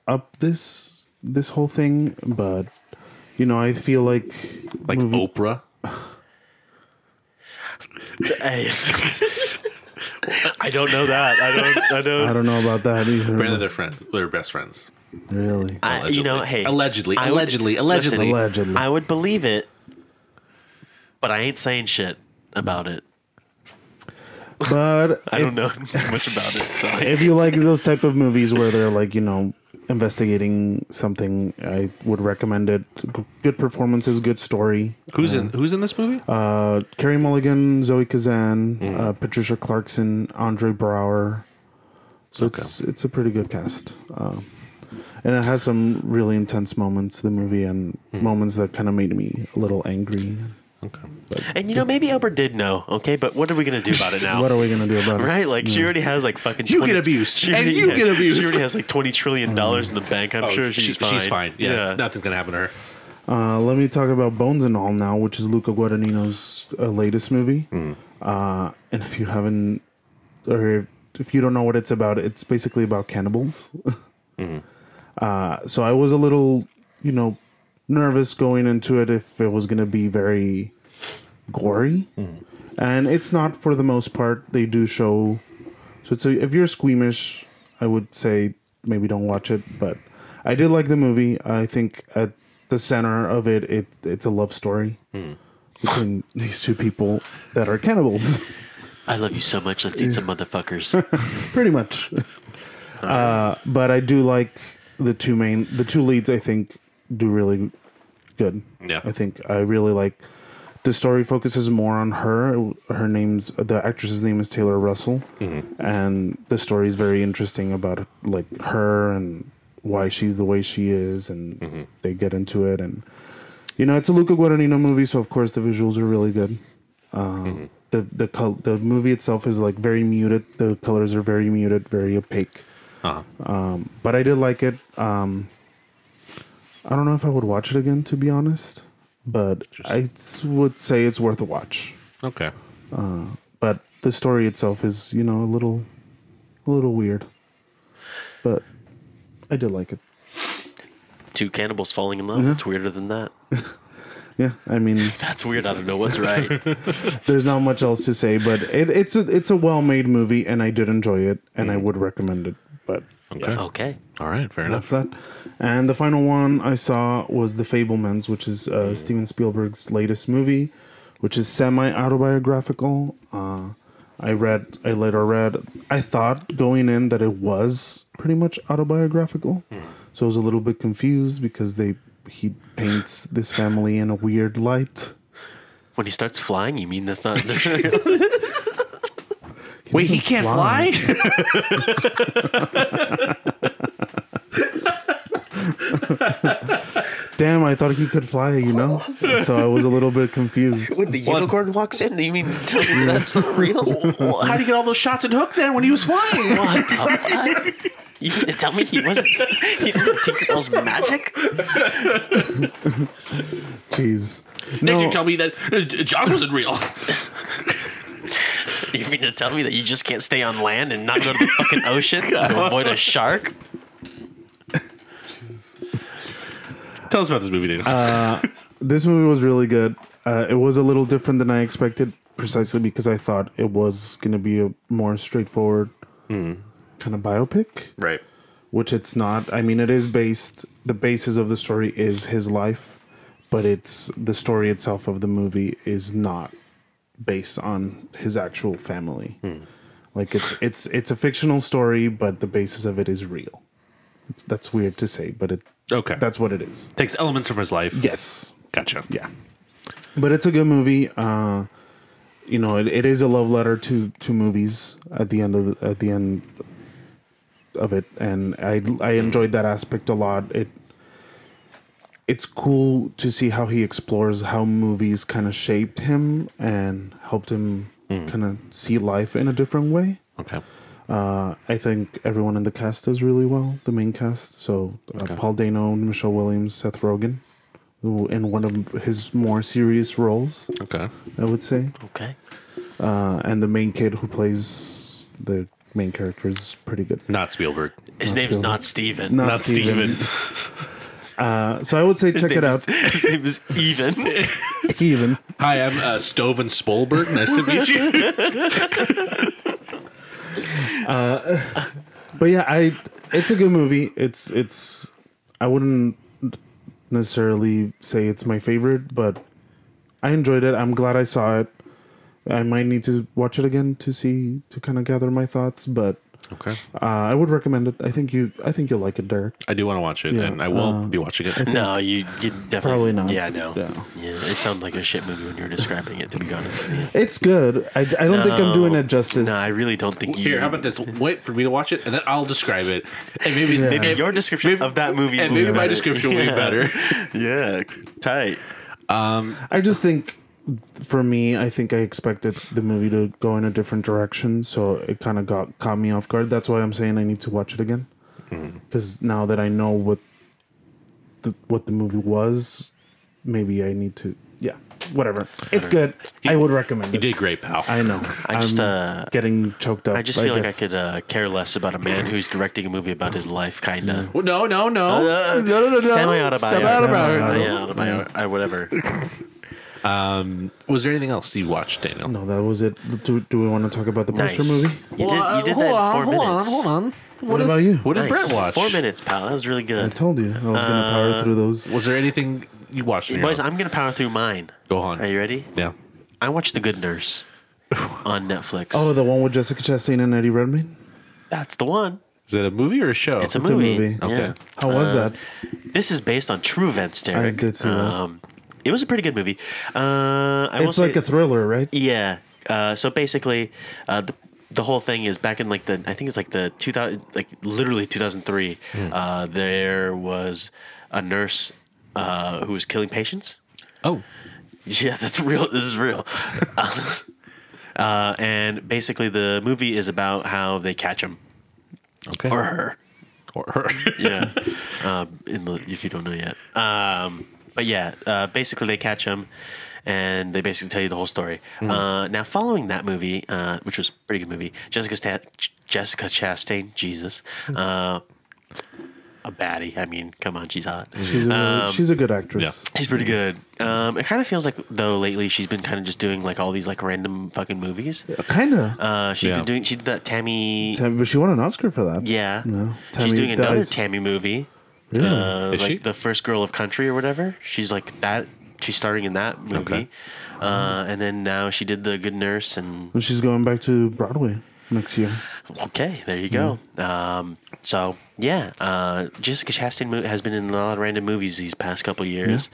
up this this whole thing. But you know, I feel like Like Oprah. [laughs] I don't know that. I don't. I I don't. don't know about that either. [laughs] Apparently, but they're friends. They're best friends. really, [laughs] I, you know, hey, Allegedly. I would- Allegedly. listen, Allegedly. allegedly. I would believe it, but I ain't saying shit about it. but I don't know [laughs] much about it. So [laughs] if you like those type of movies where they're like you know investigating something i would recommend it G- good performances good story Who's in Who's in this movie? uh carrie mulligan zoe kazan Mm. uh, patricia clarkson andre brower so it's it's a pretty good cast uh, and it has some really intense moments the movie and Mm. moments that kind of made me a little angry and you know, maybe Albert did know. Okay, but what are we gonna do about [laughs] it now? what are we gonna do about it [laughs] Right, like she already has like fucking. You get abused, she and already you has- get abused. She already has like twenty trillion dollars in the bank. I'm Oh, sure she's, she- fine. She's fine. Yeah, nothing's gonna happen to her. Uh, let me talk about Bones and All now, which is Luca Guadagnino's uh, latest movie. Uh, and if you haven't, or if you don't know what it's about, it's basically about cannibals. [laughs] uh, so I was a little, you know, nervous going into it if it was going to be very gory. And it's not for the most part. They do show. So it's a, if you're squeamish, I would say maybe don't watch it. But I did like the movie. I think at the center of it, it it's a love story between these two people that are cannibals, [laughs] I love you so much. Let's eat some motherfuckers. [laughs] pretty much. Uh, but I do like the two main, the two leads. I think do really good. Yeah. I think I really like. The story focuses more on her. Her name's the actress's name is Taylor Russell, and the story is very interesting about like her and why she's the way she is, and they get into it. And you know, it's a Luca Guadagnino movie, so of course the visuals are really good. Uh, The the col- the movie itself is like very muted. The colors are very muted, very opaque. Uh-huh. But I did like it. Um, I don't know if I would watch it again, to be honest, but I s- would say it's worth a watch. Okay. But the story itself is, you know, a little, a little weird. But I did like it. two cannibals falling in love. It's weirder than [laughs] that. Yeah, I mean, That's weird. I don't know what's right. there's not much else to say, but it, it's a it's a well made movie, and I did enjoy it, and I would recommend it. But Okay. okay. All right. Fair that's enough. that. And the final one I saw was The Fablemans, which is uh, Mm. Steven Spielberg's latest movie, which is semi autobiographical. Uh, I read, I later read, I thought going in that it was pretty much autobiographical. Hmm. So I was a little bit confused because they he paints this family in a weird light. When he starts flying, you mean that's [laughs] not. Wait, he can't fly. fly? Damn, I thought he could fly, you know? so I was a little bit [laughs] confused. when the unicorn walks in, you mean [laughs] tell me that's not real? How do you [laughs] get all those shots and hook there when he was flying? What? You mean to tell me he wasn't he didn't Tinkerbell's magic? Jeez. Nick, you No, tell me that uh, Jaws wasn't real. You mean to tell me that you just can't stay on land and not go to the [laughs] fucking ocean to avoid a shark? [laughs] Tell us about this movie, Daniel. this movie was really good. Uh, it was a little different than I expected, precisely because I thought it was going to be a more straightforward Hmm. kind of biopic, right. which it's not. I mean, it is based, the basis of the story is his life, but it's the story itself of the movie is not based on his actual family. Like it's it's it's a fictional story, but the basis of it is real. It's, that's weird to say, but it Okay. that's what it is. takes elements from his life. Yes, Gotcha. yeah but it's a good movie uh you know it, it is a love letter to to movies at the end of the, at the end of it and i i enjoyed that aspect a lot it it's cool to see how he explores how movies kind of shaped him and helped him kind of see life in a different way Okay. uh, I think everyone in the cast does really well. The main cast, so uh, Paul Dano, Michelle Williams, Seth Rogen, who in one of his more serious roles, Okay. I would say. Okay. Uh, and the main kid who plays the main character is pretty good. Not Spielberg. His name's not Steven. Not, Not Steven. Steven. Uh, so I would say check His it name out, is- his name is Even. [laughs] Steven. Hi, I'm uh, Stoven Spolberg. Nice to meet you. But yeah, I it's a good movie. It's it's I wouldn't necessarily say it's my favorite, but I enjoyed it. I'm glad I saw it. I might need to watch it again to see to kind of gather my thoughts, but okay. uh, I would recommend it. I think you I think you'll like it, Derek. I do want to watch it, and I will be watching it. No, you, you definitely Probably not. Yeah, no. Yeah. Yeah, it sounds like a shit movie when you were describing it. To be honest with you, It's good. I, I don't think I'm doing it justice. no, I really don't think you. [laughs] Here, how about this? Wait for me to watch it, and then I'll describe it. And maybe, maybe Your description maybe- of that movie and will be maybe my better. description will be Yeah. better. Yeah, tight. I just think for me, I think I expected the movie to go in a different direction, so it kind of got caught me off guard. That's why I'm saying I need to watch it again, Hmm. because now that I know what the what the movie was, maybe I need to. Yeah, whatever. It's good. I would recommend You it. did great, pal. I know. I just, I'm uh, getting choked up. I just feel like I guess. could uh, care less about a man who's directing a movie about his life, kind of. Well, no, no, no. Uh, no, no, no, no. Semi-autobiography. Semi-autobiography. uh, Yeah, autobiography, or whatever. Was there anything else you watched, Daniel? No, that was it. Do, do we want to talk about the Nice. poster movie? You did, you did that in four minutes. on. What about you? What did Nice. Brett watch? Four minutes, pal. That was really I good. told you I was gonna Uh, power through those. Was there anything you watched? in your Boys, own- I'm going to power through mine. Go on. Are you ready? Yeah. I watched The Good Nurse on Netflix. Oh, the one with Jessica Chastain and Eddie Redmayne. that's the one. Is it a movie or a show? It's a a movie. movie. Okay. Yeah. Uh, How was that? This is based on true events, Derek. did see that. Um, it was a pretty good movie. Uh, I will It's say, like a thriller, right? Yeah. Uh, so basically, uh, the, the whole thing is back in like the I think it's like the two thousand like literally two thousand three. Hmm. Uh, there was a nurse uh, who was killing patients. [laughs] Oh. Yeah, that's real. This is real. [laughs] uh, and basically, the movie is about how they catch him Okay. or her. Or [laughs] her. yeah. Um, in the, if you don't know yet. Um, but yeah, uh, basically they catch him and they basically tell you the whole story. Hmm. Uh, now, following that movie, uh, which was a Hmm. pretty good movie, Jessica, Sta- Jessica Chastain, Jesus, uh, a baddie. I mean, come on, she's hot. She's a, Um, really she's a good actress. She's pretty good. Um, it kind of feels like though lately she's been kind of just doing like all these like random fucking movies. Kinda. Uh, she's Yeah. been doing she did that Tammy. Tammy- but she won an Oscar for that. yeah, No, Tammy she's doing another dies. Tammy movie. Really? Uh, Is like she? the first girl of country or whatever. She's like that. She's starting in that movie, Okay. uh, and then now she did the Good Nurse, and And she's going back to Broadway next year. okay, there you go. Hmm. Um, so yeah, uh, Jessica Chastain mo- has been in a lot of random movies these past couple years.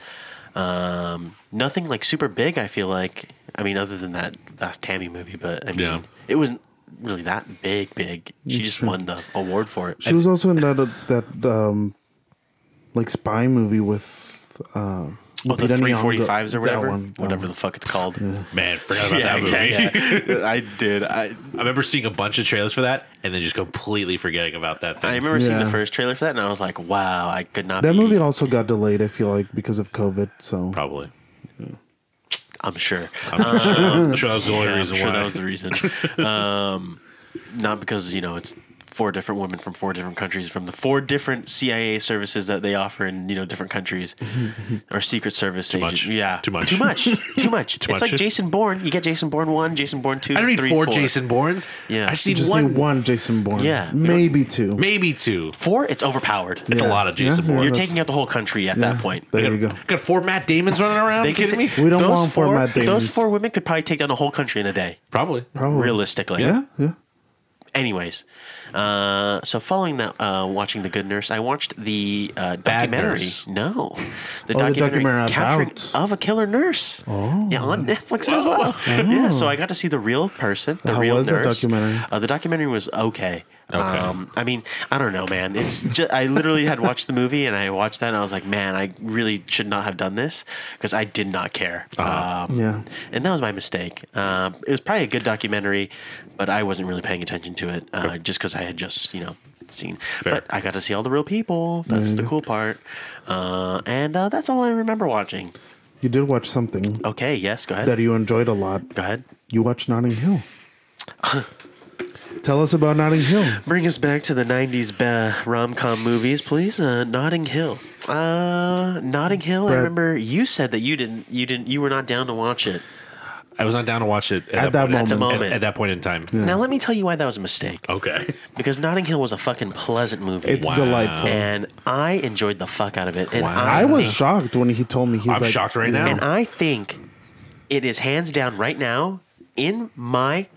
Um, nothing like super big. I feel like. I mean, other than that last Tammy movie, but I mean, Yeah. it wasn't really that big. Big. She just won the award for it. She was also in that uh, that um, like spy movie with uh, Oh, the Lupita Nyong'o. three forty fives or That whatever, one, that whatever one. the fuck it's called. Man, forgot about that movie. exactly. I did. I [laughs] I remember seeing a bunch of trailers for that and then just completely forgetting about that I thing. remember seeing the Yeah. first trailer for that, and I was like, "Wow, I could not." That be, movie also got delayed. I feel like because of COVID. So Probably. I'm sure. I'm, sure, I'm sure that was the only Yeah, I'm reason sure why. that was the reason. um, not because you know it's four different women from four different countries from the four different CIA services that they offer in you know different [laughs] countries or Secret Service. Too much. Yeah, Too much. Too [laughs] much. Too much. it's much. like Jason Bourne. You get Jason Bourne one, Jason Bourne two. [laughs] I don't need three, four, Jason Bournes. Yeah. I just You need just one, need one Jason Bourne. Yeah. maybe two. maybe two. Four. It's overpowered. It's a lot of Jason Yeah. Bournes. You're that's- taking out the whole country at that point. There got, you go. Got four Matt Damons running around. you could kidding me? ta- We don't those want four Matt Those Damons. four women could probably take down a whole country in a day, Probably. Probably. realistically. Yeah, yeah. Anyways, uh, so following that, uh, watching The Good Nurse, I watched the uh, documentary. Nurse. No, the Oh, the documentary capturing about- of a killer nurse. Oh, yeah, on Netflix as well. [laughs] Yeah, so I got to see the real person, the Oh. How real was that nurse. documentary? Uh, the documentary was okay. Okay. Um, I mean, I don't know, man. It's just, I literally had watched the movie and I watched that and I was like, man, I really should not have done this because I did not care. Uh-huh. Um, Yeah. and that was my mistake. Um, it was probably a good documentary, but I wasn't really paying attention to it uh, just because I had just you know seen. Fair. But I got to see all the real people. That's the Mm-hmm. cool part, uh, and uh, that's all I remember watching. You did watch something Okay, yes, go ahead. that e- you enjoyed a lot. go ahead. You watched Notting [laughs] Hill. Tell us about Notting Hill. Bring us back to the '90s ba- rom-com movies, please. Uh, Notting Hill. Uh, Notting Hill. I Brad- remember you said that you didn't, you didn't, you were not down to watch it. I was not down to watch it At that point- At the moment. At, at that point in time. Now let me tell you why that was a mistake. Okay. Because Notting Hill was a fucking pleasant movie. It's Wow. delightful. and I enjoyed the fuck out of it. And Wow. I, Um, I was shocked when he told me he's I'm like, shocked right now. and I think it is hands down right now in my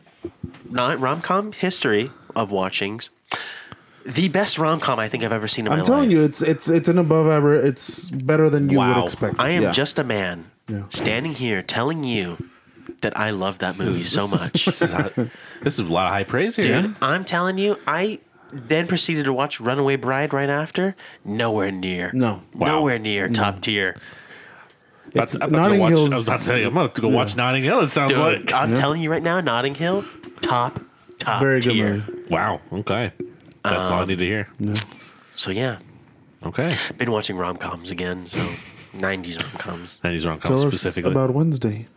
not rom com history of watchings the best rom com I think I've ever seen in my I'm telling life. you, it's it's it's an above average. It's better than you Wow. would expect. I am Yeah. just a man Yeah. standing here telling you that I love that movie so [laughs] much. This is, hot. this is a lot of high praise here. Dude, I'm telling you, I then proceeded to watch Runaway Bride right after. Nowhere near. No. Mm. Wow. Nowhere near top tier. That's, It's- I'm about to go Notting watch, Hill's- I was about to tell you, I'm about to go watch Notting Hill. It sounds Dude, like. Ah, I'm telling you right now, Notting Hill, top, top very good tier. movie. Wow. Okay. That's Um, all I need to hear. So yeah, Okay. been watching rom coms again. So '90s rom coms. 90s rom com Tell us specifically. about Wednesday.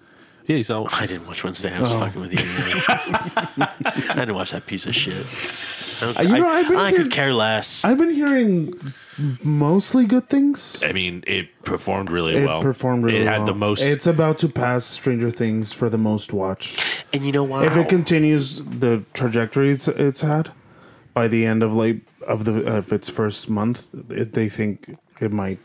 yeah, so I didn't watch Wednesday. Oh. I was fucking [laughs] with you. man. I didn't watch that piece of shit. I was- Uh, you know, I've been I, I could hearing- care less. I've been hearing mostly good things. I mean, it performed really It Eh, well. performed really It had well. the most. It's about to pass Stranger Things for the most watched. and you know why? If it continues the trajectory it's it's had, by the end of like of the of its first month, it, they think it might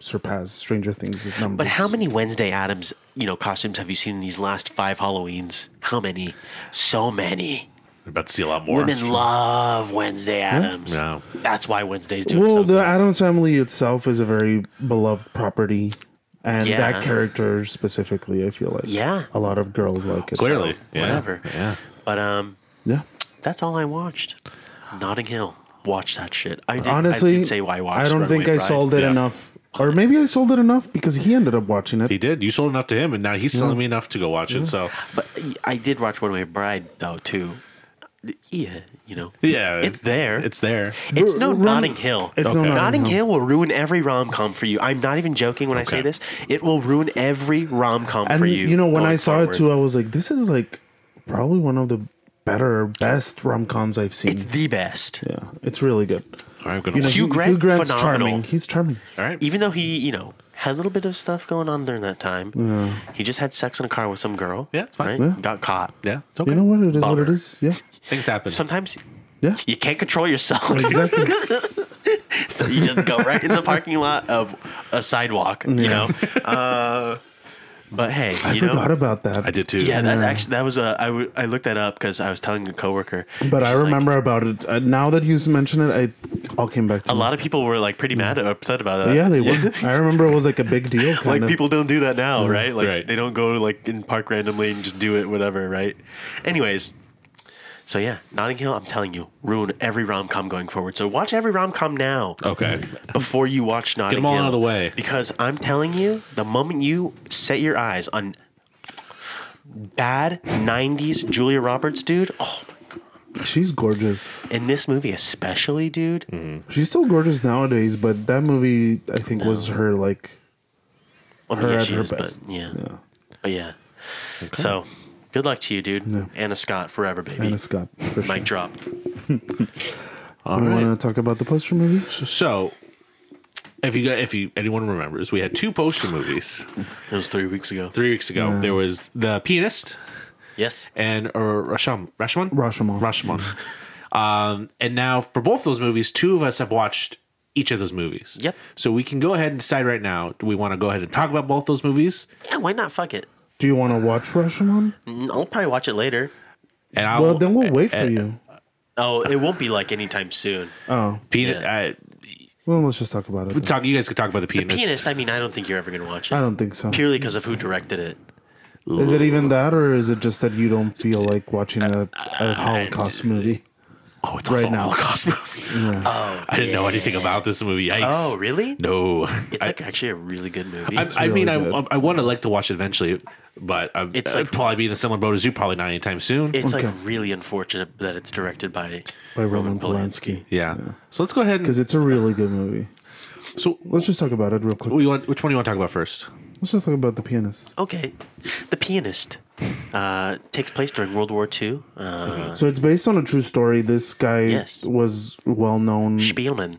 surpass Stranger Things numbers. but how many Wednesday Adams, you know, costumes have you seen in these last five Halloweens? How many? So many. I'm about to see a lot more. Women love Wednesday Adams. No. That's why Wednesday's doing Well, something. the Adams family itself is a very beloved property, and Yeah. that character specifically, I feel like Yeah. a lot of girls like it. Clearly. Yeah. whatever. Yeah. but um, yeah. That's all I watched. Notting Hill. Watch that shit. I did, Honestly, I did say why I watched. I don't think I Runaway Bride. sold it Yeah. enough, or maybe I sold it enough because he ended up watching it. He did. You sold enough to him, and now he's selling me enough to go watch it. So, But I did watch Runaway Bride though too. Yeah, you know. yeah. it's there. It's there. It's no Run- Notting Hill. It's no Okay. Notting, Notting Hill. Hill will ruin every rom com for you. I'm not even joking when I say Okay. this. It will ruin every rom com And for you. know, when I going saw forward. it uh, too, I was like, "This is like probably one of the better, best rom coms I've seen." it's the best. yeah, it's really good. All right, good You know, one. Hugh Hugh, Grant, Hugh Grant's phenomenal. charming. He's charming. All right. Even though he, you know, had a little bit of stuff going on during that time, he just had sex in a car with some girl. Yeah, it's fine. Yeah. Got caught. Yeah, it's okay. You know what it is? What it Bummer. is? Yeah, Things happen. Sometimes yeah. [laughs] you can't control yourself. Exactly. [laughs] so you just [laughs] go right in the parking lot of a sidewalk, you know. Uh, but hey, I you forgot know. about that. I did too. Yeah, that Yeah. actually that was a I, w- I looked that up because I was telling a coworker. But I She's like, remember about it. Uh, now that you mention it, I all came back to a me. lot of people were like pretty mad or upset about that. Yeah, [laughs] they were. I remember it was like a big deal. Kind like of. people don't do that now, right? Like Right. they don't go like and park randomly and just do it, whatever, right? Anyways, so yeah, Notting Hill, I'm telling you, ruin every rom com going forward. So watch every rom com now Okay. before you watch Notting all Hill. out of the way. because I'm telling you, the moment you set your eyes on bad '90s Julia Roberts, dude, oh, She's gorgeous. in this movie especially, dude, She's still gorgeous nowadays, but that movie I think was her like. Well, Her oh, yeah, at she her is, best. But yeah. Yeah. But yeah. So, good luck to you, dude. Anna Scott forever, baby. Anna Scott. For sure. Mic drop. All We right. want to talk about the poster movie. So, if you got, if you anyone remembers, we had two poster movies It was three weeks ago. three weeks ago. There was the pianist Yes. and or Rasham Rashomon Rashomon. Rashomon. um, and now for both those movies, two of us have watched each of those movies. Yep. So we can go ahead and decide right now. Do we want to go ahead and talk about both those movies? Yeah, why not? Fuck it. Do you want to watch Rashomon? Mm, I'll probably watch it later. And I'll, Well, then we'll wait Eh, for you. Oh, it won't be like anytime [laughs] soon. Oh, Pian- I, well, let's just talk about it. then. talk. You guys could talk about the pianist. Pianist, I mean, I don't think you're ever going to watch I it. don't think so. Purely because of who directed it. Is it even that, or is it just that you don't feel like watching a, a Holocaust movie? Oh, it's Right also a now. Holocaust [laughs] movie. Oh, I didn't know anything about this movie. Yikes. Oh, really? No. It's like actually a really good movie. I, It's- I mean, really I, I want to like to watch it eventually, but i It's I'd like- probably be in a similar boat as you, probably not anytime soon. it's okay. like really unfortunate that it's directed by, By Roman Polanski. yeah. So let's go ahead Because and. it's a really good movie. So, Let's just talk about it real quick. we want, which one do you want to talk about first? Let's just talk about the pianist. Okay. The Pianist uh, takes place during World War II. Uh, So it's based on a true story. This guy Yes. was well known Spielman.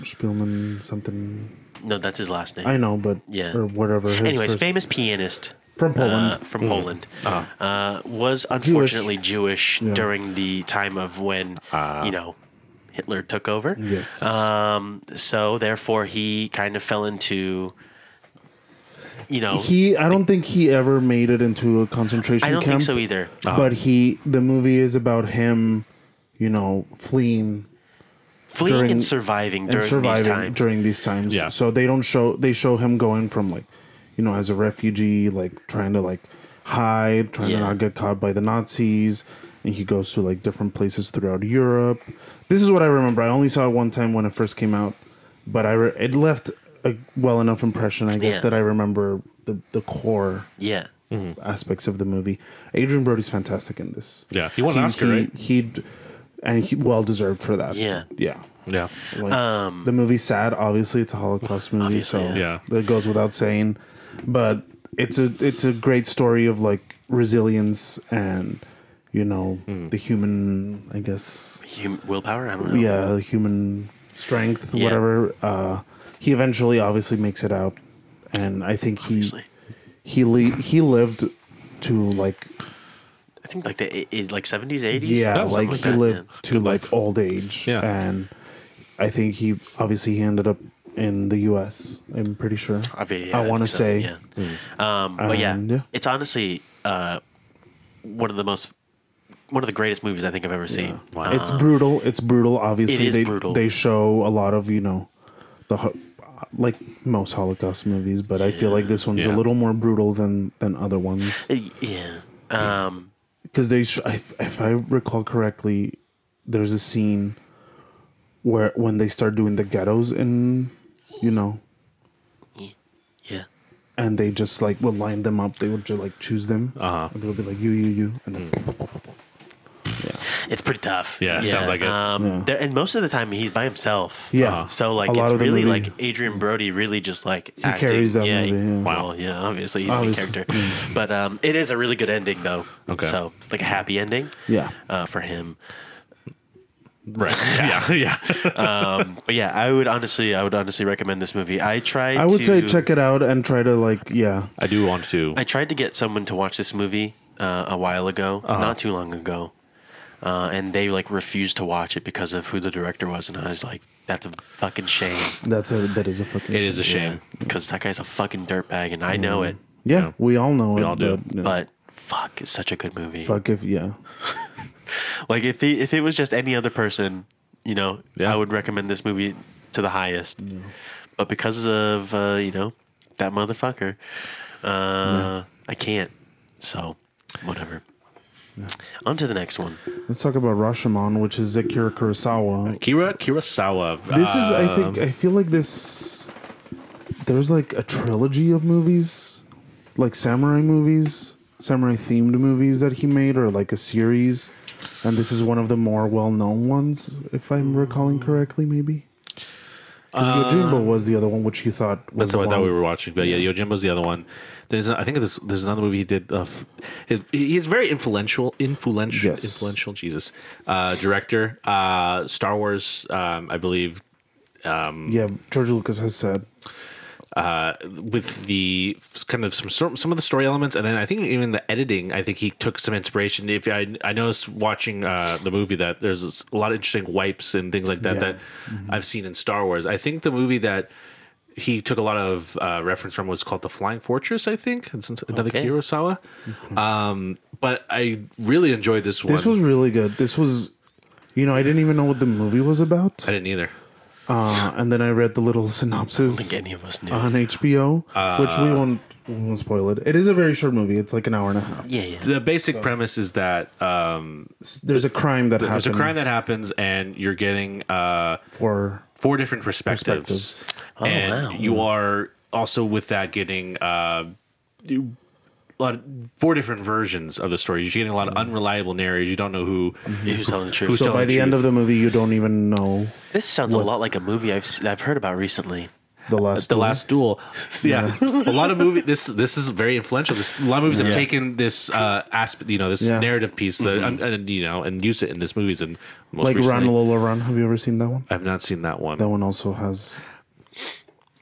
Spielman something. No, that's his last name. I know, but Yeah. or whatever. his Anyways, first- famous pianist from Poland. uh, from Poland uh, was unfortunately Jewish, during the time of when you know Hitler took over. yes. Um, so therefore, he kind of fell into you know he. I don't think he ever made it into a concentration I don't camp. think so either. But he. The movie is about him. You know, fleeing Fleeing during- and surviving and during surviving these times. during these times. Yeah. So they don't show. They show him going from like, you know, as a refugee, like trying to like hide, trying Yeah. to not get caught by the Nazis, and he goes to like different places throughout Europe. This is what I remember. I only saw it one time when it first came out, but I re- it left a well enough impression, I guess, Yeah. that I remember the the core yeah, Hmm. aspects of the movie. Adrian Brody's fantastic in this. Yeah. He won an Oscar, he, right? He and he well deserved for that. Yeah. Um, Yeah. Yeah. Like, the movie's sad. Obviously, it's a Holocaust movie, so Obviously, yeah. Yeah. that goes without saying. But it's a it's a great story of like resilience and you know Hmm. the human, I guess, Hum- willpower. I don't know. yeah, human strength, Yeah. whatever. Uh, he eventually, obviously, makes it out, and I think he Obviously. he li- he lived to like I think like the i- i- like seventies, eighties. yeah, something like like he that, lived yeah. to like old age. Yeah. And I think he obviously he ended up in the US, I'm pretty sure. I want think to so, say yeah. Um, but yeah, And- it's honestly uh, one of the most, one of the greatest movies I think I've ever seen. Wow, it's brutal. It's brutal obviously. It is they brutal. they show a lot of, you know, the ho- like most Holocaust movies, but I feel like this one's a Yeah. little more brutal than than other ones Uh, yeah. Um, because they sh- if, if I recall correctly, there's a scene where when they start doing the ghettos in, you know, yeah, and they just like would line them up. They would just like choose them. Uh-huh. Hmm. And they would be like you, you, you, and then it's pretty tough. Yeah, it sounds like it. Um, Yeah. there- and most of the time he's by himself. yeah. Uh-huh. So like A lot it's of the really movie- like Adrian Brody really just like he acting. carries that yeah, he- movie, yeah. Wow. Well, yeah, obviously he's Obviously, the main character, but um, it is a really good ending uh, though. Okay. So like a happy ending. Yeah. Uh, for him. Right. [laughs] Yeah. Yeah. Um, but yeah, I would honestly, I would honestly recommend this movie. I tried. I would to, say check it out and try to like yeah. I do want to. I tried to get someone to watch this movie uh, a while ago, Uh-huh. not too long ago, uh, and they like refused to watch it because of who the director was, and I was like, "That's a fucking shame." That's a that is a fucking. It is a shame. because that guy's a fucking dirtbag, and I know Mm-hmm. it. Yeah, Yeah. we all know it. all do. yeah. But fuck, it's such a good movie. fuck if yeah. Like if he, if it was just any other person, you know, Yeah. I would recommend this movie to the highest. But because of uh, you know that motherfucker, uh, I can't. So whatever. On to the next one. Let's talk about Rashomon, which is Akira Kurosawa. Kira Kurosawa. This is I um, think I feel like this. There's like a trilogy of movies, like samurai movies, samurai themed movies that he made, or like a series, and this is one of the more well known ones, if I'm Hmm. recalling correctly, maybe. 'Cause Yojimbo was the other one, which you thought was Uh, That's the the one that we one- were watching. But yeah, Yojimbo's the other one. There's I think there's, there's another movie he did. Uh, f- his, he's very influential, influential, Yes. influential. Jesus, uh, director. Uh, Star Wars, um, I believe, Yeah, George Lucas has said. uh, with the f- kind of some sor- some of the story elements, and then I think even the editing. I think he took some inspiration. If I I noticed watching uh, the movie that there's this- a lot of interesting wipes and things like that Yeah. Mm-hmm. that I've seen in Star Wars. I think the movie that he took a lot of uh, reference from was called The Flying Fortress. I think it's another Okay. Kurosawa. Um, but I really enjoyed this one. Mm-hmm. This was really good. This was, you know, I didn't even know what the movie was about, I didn't either. uh, and then I read the little I synopsis think any of us knew. on HBO, which Uh, we won't, we won't spoil it. It is a very short movie. It's like an hour and a half. yeah, yeah. The basic premise is that um, There's a crime that happens there's a crime that happens, and you're getting. Uh, for four different perspectives, Oh, and wow. you are also with that getting uh, you- a lot of, four different versions of the story. You're getting a lot of Mm-hmm. unreliable narrators. You don't know who. Who's telling the truth? Who's so Mm-hmm. by telling the end truth. of the movie, you don't even know this sounds a lot like a movie I've s- I've heard about recently. the last. Uh, The one. Last [laughs] Duel, yeah. a lot of movie. This this is very influential. This, a lot of movies have taken this uh, aspect, you know, this Yeah. Mm-hmm. narrative piece, the, and, and, you know, and use it in this movies. And most like Run recently, Lola Run. Have you ever seen that one? I've not seen that one. That one also has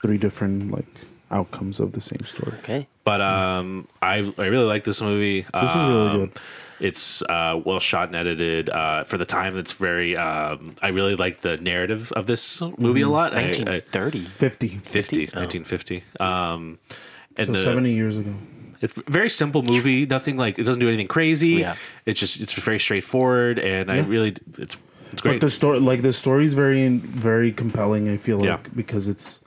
three different like outcomes of the same story. Okay. But um, I I really like this movie. This is really good. It's uh, well shot and edited uh, for the time. It's very. Um, I really like the narrative of this movie Mm. a lot. I- I, 1930. Fifty. 50, 1950. Um, and Oh. So the, seventy years ago. it's a very simple movie. Nothing like it doesn't do anything crazy. Yeah. It's just it's very straightforward, and I Yeah. really it's But it's great. the story, like the story's very, very compelling. I feel like Yeah. because it's,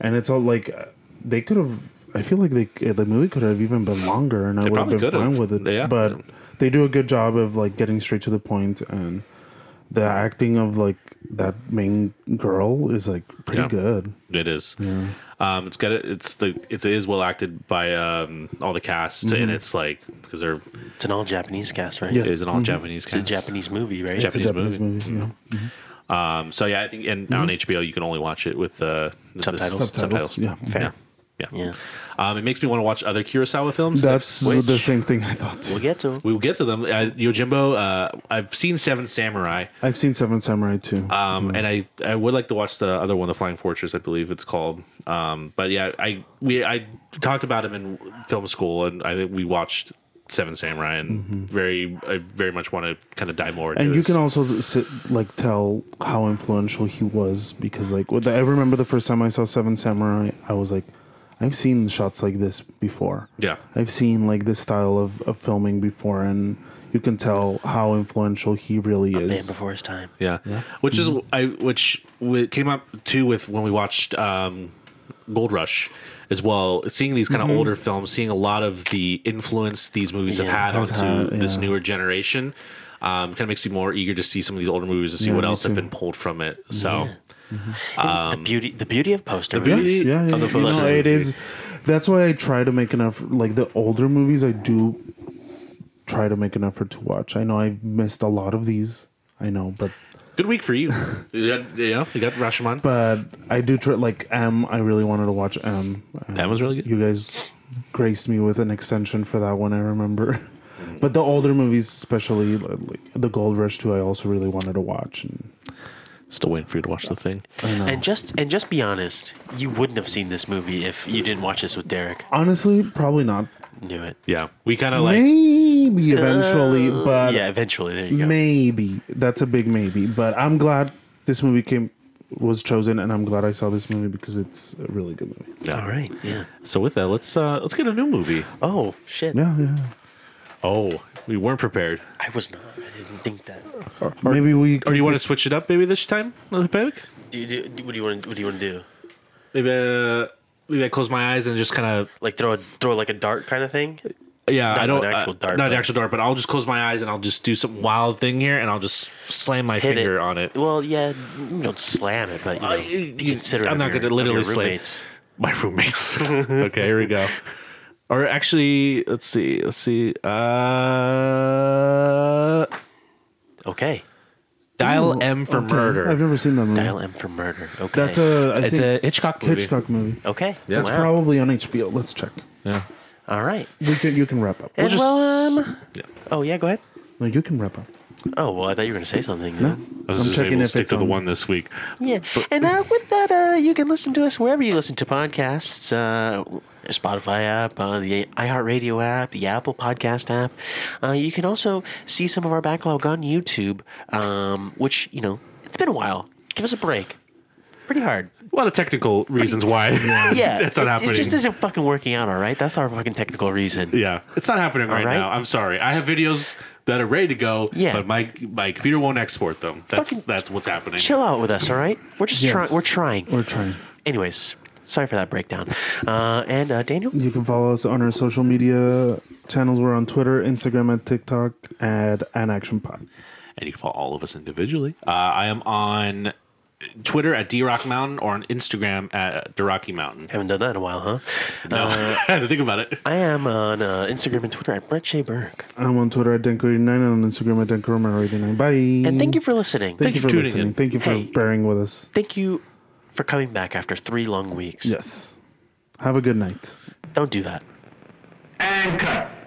and it's all like uh, they could have. I feel like they uh, the movie could have even been longer, and I would have probably been could fine have. with it. Yeah. But they do a good job of like getting straight to the point, and the acting of like that main girl is like pretty Yeah. good. It is. Um, it's got a, it's the it's, it is well acted by um, all the cast, and it's like because they're It's an all Japanese cast, right? Mm-hmm. Yes. Mm-hmm. it's an all Japanese cast. It's a Japanese movie, right? Jap- It's a Japanese Japanese movie. yeah. Mm-hmm. Um, so yeah, I think and on HBO you can only watch it with uh, with the Subtitles. Mm-hmm. Subtitles, yeah. Fair. Yeah. Yeah. Um, it makes me want to watch other Kurosawa films. That's Which- the same thing I thought. We'll get to it. we will get to them. Uh, Yojimbo. Uh, I've seen Seven Samurai. I've seen Seven Samurai too. Um, and I, I would like to watch the other one, The Flying Fortress, I believe it's called. Um, but yeah, I we I talked about him in film school, and I think we watched Seven Samurai, and very I very much want to kind of dive more. Into Mm-hmm. and you this. can also sit, like tell how influential he was because like with the, I remember the first time I saw Seven Samurai, I was like, I've seen shots like this before. Yeah. I've seen like this style of, of filming before, and you can tell how influential he really is. Man before his time. Yeah. Which is Mm-hmm. I which w- came up too with when we watched um, Gold Rush as well. Seeing these Mm-hmm. kind of older films, seeing a lot of the influence these movies Yeah, have had has onto had, this yeah. newer generation, um, kind of makes me more eager to see some of these older movies to see Yeah, what me else have too. been pulled from it. So the beauty, the beauty of poster the beauty- movies. yeah, yeah, yeah. Other You know, person. it is. That's why I try to make an effort. Like the older movies, I do try to make an effort to watch. I know I've missed a lot of these. I know, but good week [laughs] for you. you got, you know, you got Rashomon. but I do try. Like M, I really wanted to watch M. Uh, that was really good. you guys graced me with an extension for that one. I remember. Mm. But the older movies, especially like, the Gold Rush too, I also really wanted to watch. And Still waiting for you to watch the thing. Uh, And just and just be honest, you wouldn't have seen this movie if you didn't watch this with Derek. Honestly, probably not. Knew it. Yeah, we kind of like uh, maybe eventually, but yeah, eventually. There you go. maybe that's a big maybe. But I'm glad this movie came was chosen, and I'm glad I saw this movie because it's a really good movie. All right. Yeah. So with that, let's uh let's get a new movie. Oh shit. Yeah, yeah. Oh, we weren't prepared. I was not. I didn't think that. maybe we. Or do you want to switch it up maybe this time, little Pavic? Do you, do, do- what do you want? What do you want to do? Maybe uh, maybe I close my eyes and just kind of Like throw a throw like a dart kind of thing? yeah. I an don't actual uh, dart, not an but- actual dart, but I'll just close my eyes and I'll just do some wild thing here and I'll just slam my Hit finger it. on it. Well, yeah, you don't slam it, but you know, Uh, you you- consider. it I'm of not your- going to of literally your slay roommates. my [laughs] roommates. okay, here we go. Or actually, let's see, let's see. Uh, Okay. dial M for okay, murder. I've never seen that movie. Dial M for murder. Okay. That's a. I it's think a Hitchcock movie. Hitchcock movie. Okay. That's wow. probably on HBO. Let's check. Yeah. All right. We can, you can wrap up. And just- well, um. Yeah. Oh yeah, go ahead. No, you can wrap up. Oh well, I thought you were gonna say something. No, I was I'm just saying checking we'll if stick it's to the on. one this week. Yeah, and uh, with that, uh, you can listen to us wherever you listen to podcasts: uh, Spotify app, uh, the iHeartRadio app, the Apple Podcast app. Uh, you can also see some of our backlog on YouTube, um, which you know it's been a while. Give us a break. Pretty hard. A lot of technical [laughs] reasons why. [laughs] Yeah, [laughs] that's not it, happening. It just isn't fucking working out. All right, that's our fucking technical reason. yeah, it's not happening right, right. now. I'm sorry. I have videos that are ready to go, Yeah. but my my computer won't export them. That's Fucking that's what's happening. Chill out with us, all right? We're just Yes. trying. We're trying. We're trying. Anyways, sorry for that breakdown. Uh, and uh, Daniel. You can follow us on our social media channels. We're on Twitter, Instagram, and TikTok at an action pod. and you can follow all of us individually. Uh, I am on Twitter at drock mountain or on Instagram at drocky mountain. Haven't done that in a while, huh? No, Uh, [laughs] I had to think about it. I am on uh, Instagram and Twitter at Brett J. Berg. I'm on Twitter at Denko89 and on Instagram at DenkoRomero89. Bye. And thank you for listening. Mm. Thank, you for tuning listening. in. Thank you for Hey. bearing with us. Thank you for coming back after three long weeks. Yes. Have a good night. Don't do that. And cut.